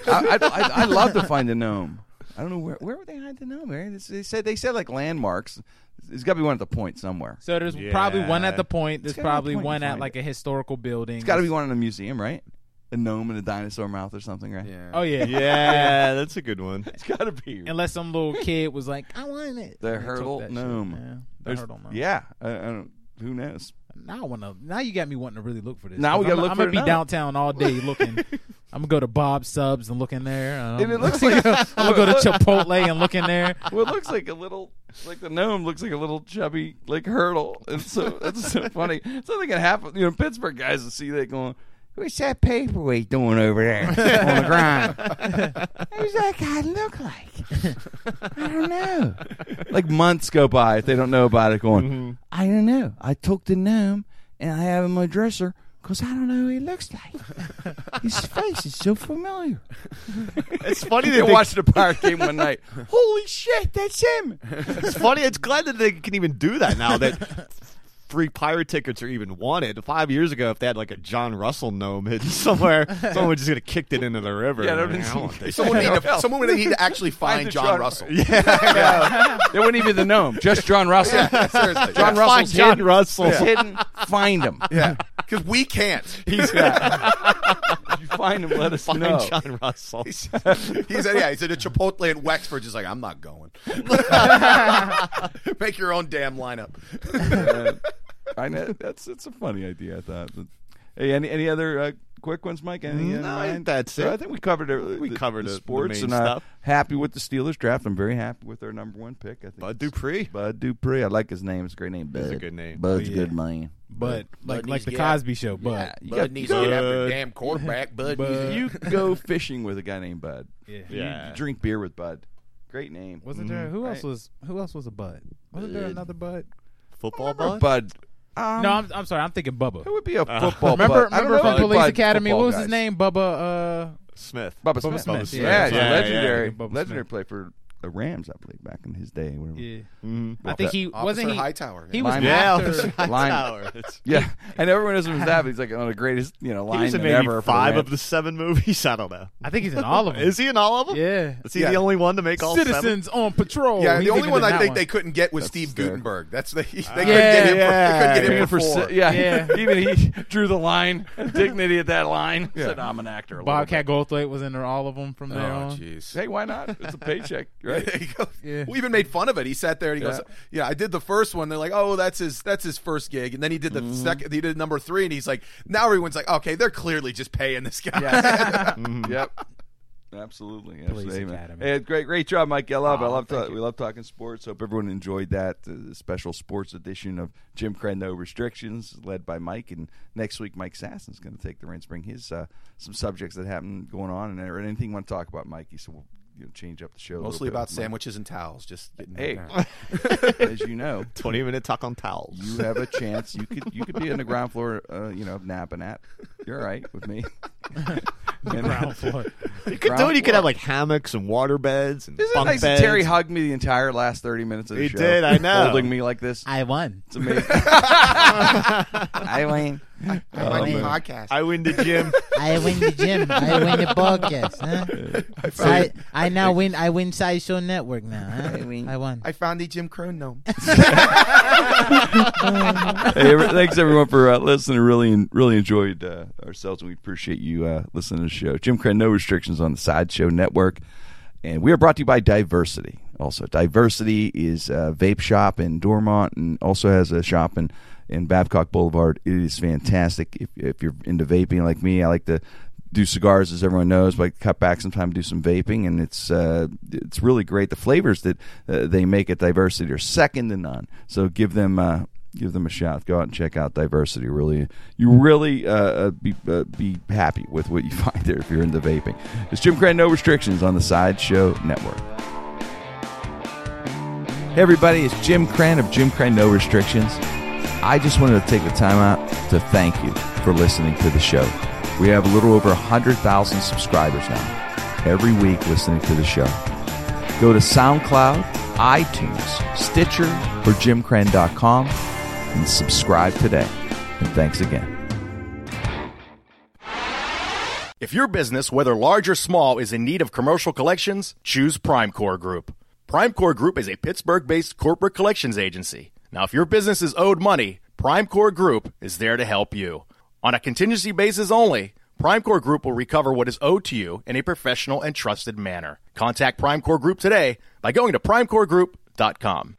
A: I, I, I, I'd love to find the gnome. I don't know where where would they hide the gnome, Mary? This- They said they said like landmarks. There's got to be one at the point somewhere.
C: so there's probably one at the point. There's
A: gotta be a
C: probably
A: point you
C: one at
A: find
C: like a historical building.
A: It's got to be one in a museum, right? A gnome and a dinosaur mouth or something, right?
D: Yeah.
C: Oh yeah.
E: Yeah, that's a good one.
A: It's got to be.
C: Unless some little kid was like, "I want it."
A: The
C: And took
A: hurdle
C: that shit.
A: gnome.
C: Yeah, the
A: There's-
C: hurdle gnome.
A: Yeah. I, I don't, who knows?
C: Now I want to. Now you got me wanting to really look for this.
A: Now we gotta
C: I'm,
A: look
C: I'm
A: for
C: gonna
A: it
C: be
A: now.
C: downtown all day looking. I'm gonna go to Bob Subs and look in there. Um,
A: And it looks like well,
C: I'm gonna go to Chipotle and look in there.
A: it looks like a little like the gnome looks like a little chubby like hurdle, and so that's so funny. Something can happen. You know, Pittsburgh guys will see that going.
F: What's that paperweight doing over there on the ground? what does that guy look like? I don't know.
A: like months go by if they don't know about it going
F: I don't know. I took the gnome and I have him in my dresser because I don't know who he looks like. His face is so familiar.
E: It's funny
A: they
E: that they,
A: watched a pirate game one night
F: Holy shit, that's him.
E: it's funny. It's glad that they can even do that now. That free pirate tickets are even wanted. Five years ago, if they had like a John Russell gnome hidden somewhere, someone would just could have kicked it into the river.
A: Yeah,
E: I
A: I
E: mean, I
A: don't
E: don't-
A: think
D: Someone, would need to, someone would need to actually
A: Find
D: find
A: the
D: John
A: John-
D: Russell.
A: There wouldn't even be the gnome, just John Russell. John
D: seriously.
E: Find
A: Russell's
E: John
A: hidden.
E: Russell.
A: He's hidden. Find him.
D: Yeah, because we can't.
A: You find him, let us
E: Find
A: know.
E: John Russell. Uh,
D: He's, he's at, yeah, he's at a Chipotle in Wexford. Just like I'm not going. Make your own damn lineup.
A: I know that's it's a funny idea. I thought. But, hey, any any other uh, quick ones, Mike? Any, uh,
E: No, I
A: mind?
E: think that's
A: So
E: it.
A: I think we covered it.
E: we
A: the,
E: covered
A: the
E: the- the
A: sports
E: main
A: and
E: stuff.
A: Uh, happy with the Steelers draft. I'm very happy with our number one pick. I think
E: Bud
A: it's
E: Dupree.
A: Bud Dupree. I like his name. It's a great name. Bud.
E: a good name. Oh,
A: Bud's a good man.
C: but like like
D: needs
C: the
D: to get out.
C: Cosby Show, but
A: Yeah, you
D: Bud
A: got-
D: needs
A: you
D: to get
A: go-
D: after damn quarterback. Bud, needs
A: You go fishing with a guy named Bud. Yeah. You,
E: Yeah.
A: drink beer with Bud. Great name.
C: wasn't there who else
A: Mm-hmm. Right.
C: was who else was a bud? Wasn't there another bud?
E: Football
A: Or
E: bud?
A: Bud. Um,
C: No, I'm, I'm sorry, I'm thinking Bubba.
A: It would be a
E: Uh,
A: football.
C: Remember
A: Bud. I don't
C: remember
A: know
C: from
A: any
C: Police
A: Bud
C: Academy, what
A: football
C: was his
A: guys.
C: name? Bubba. Uh,
E: Smith.
A: Bubba
C: Smith.
A: Smith.
C: Bubba Smith.
A: Yeah,
E: Yeah,
A: he's a
E: yeah,
A: legendary,
C: yeah. Bubba
A: legendary play for the Rams, I believe, back in his day. Whatever.
C: yeah, I
A: Well,
C: think
A: that-
C: he wasn't
D: Officer
C: he.
D: Hightower.
C: He was
A: Lyman.
E: Yeah,
C: after.
E: Officer
A: Line-
E: Hightower. It's-
A: Yeah, and everyone knows him as that. But he's like one of the greatest, you know,
E: He was in
A: linemen
E: maybe
A: ever. for
E: five
A: Rams.
E: of the seven movies. I don't know.
C: I think he's in all of them.
E: Is he in all of them?
C: Yeah.
E: Is he
D: Yeah.
E: the only one to make all seven?
C: Citizens on patrol.
D: Yeah,
C: He's
D: the only
C: even
D: one
C: in
D: I
C: that
D: think
C: one.
D: they couldn't get was
A: That's
D: Steve
A: hysterical.
D: Gutenberg. That's the they couldn't
C: yeah,
D: get him. For, they couldn't
A: Yeah,
D: get him
A: for
D: for, four.
A: si- yeah.
C: Yeah.
A: even he drew the line. Dignity at that line. Said I'm an actor. a little
C: Bobcat Goldthwait was in there, all of them from there
D: Oh
C: on.
A: bit."
D: jeez.
A: Hey, why not? It's a paycheck, right?
D: He goes-
C: Yeah.
D: We even made fun of it. He sat there and he goes,
A: Yeah.
D: "Yeah, I did the first one." They're like, "Oh, that's his that's his first gig," and then he did the second. He did number three, and he's like, "Now everyone's like, okay, they're clearly just paying this guy."
A: yep. Absolutely. Yes,
C: Police
A: amen.
C: Academy. Oh,
A: Hey, great, great job, Mike. I love, I love, ta- we love talking sports. Hope everyone enjoyed that uh, special sports edition of Jim Crenno No Restrictions, led by Mike. And next week, Mike Sasson's going to take the reins, bring his uh, some subjects that happen going on, and or anything you want to talk about, Mike. He said we'll you know, change up the show a little
D: Mostly
A: bit
D: about
A: with Mike.
D: sandwiches and towels. Just getting
A: Hey, as you know,
E: 20 minute talk on towels.
A: you have a chance. You could you could be in the ground floor, uh, you know, napping at. You're all right with me. ground floor.
E: You could do it. You could have like hammocks and water beds and
A: Isn't it
E: bunk
A: nice that
E: beds.
A: Terry hugged me the entire last 30 minutes of the
E: He
A: show?
E: did, I know.
A: Holding me like this.
C: I won.
A: It's amazing.
F: I win.
A: Oh,
D: podcast.
E: I win the gym.
G: I win the gym. I win the podcast. Huh? So I, I now win. I win Sideshow Network now. Huh? I,
F: win.
G: won.
D: found the Jim Crone gnome.
A: hey, every- thanks everyone for uh, listening. Really, en- really enjoyed uh, ourselves, and we appreciate you uh, listening to the show. Jim Crenn, no restrictions on the Sideshow Network, and we are brought to you by Diversity. Also, Diversity is a vape shop in Dormont, and also has a shop in in Babcock Boulevard. It is fantastic. If, if you're into vaping like me, I like to do cigars, as everyone knows, but I cut back sometime, do some vaping, and it's uh, it's really great. The flavors that uh, they make at Diversity are second to none. So give them. Uh, give them a shout. Go out and check out Diversity. Really, you really uh, uh, be uh, be happy with what you find there if you're into vaping. It's Jim Crenn, no restrictions on the Sideshow Network. Hey everybody, it's Jim Crenn of Jim Crenn No Restrictions. I just wanted to take the time out to thank you for listening to the show. We have a little over 100,000 subscribers now, every week listening to the show. Go to SoundCloud, iTunes, Stitcher, or jimcran.com and subscribe today. And thanks again.
B: If your business, whether large or small, is in need of commercial collections, choose Primecore Group. Primecore Group is a Pittsburgh based corporate collections agency. Now, if your business is owed money, Primecore Group is there to help you. On a contingency basis only, Primecore Group will recover what is owed to you in a professional and trusted manner. Contact Primecore Group today by going to primecoregroup.com.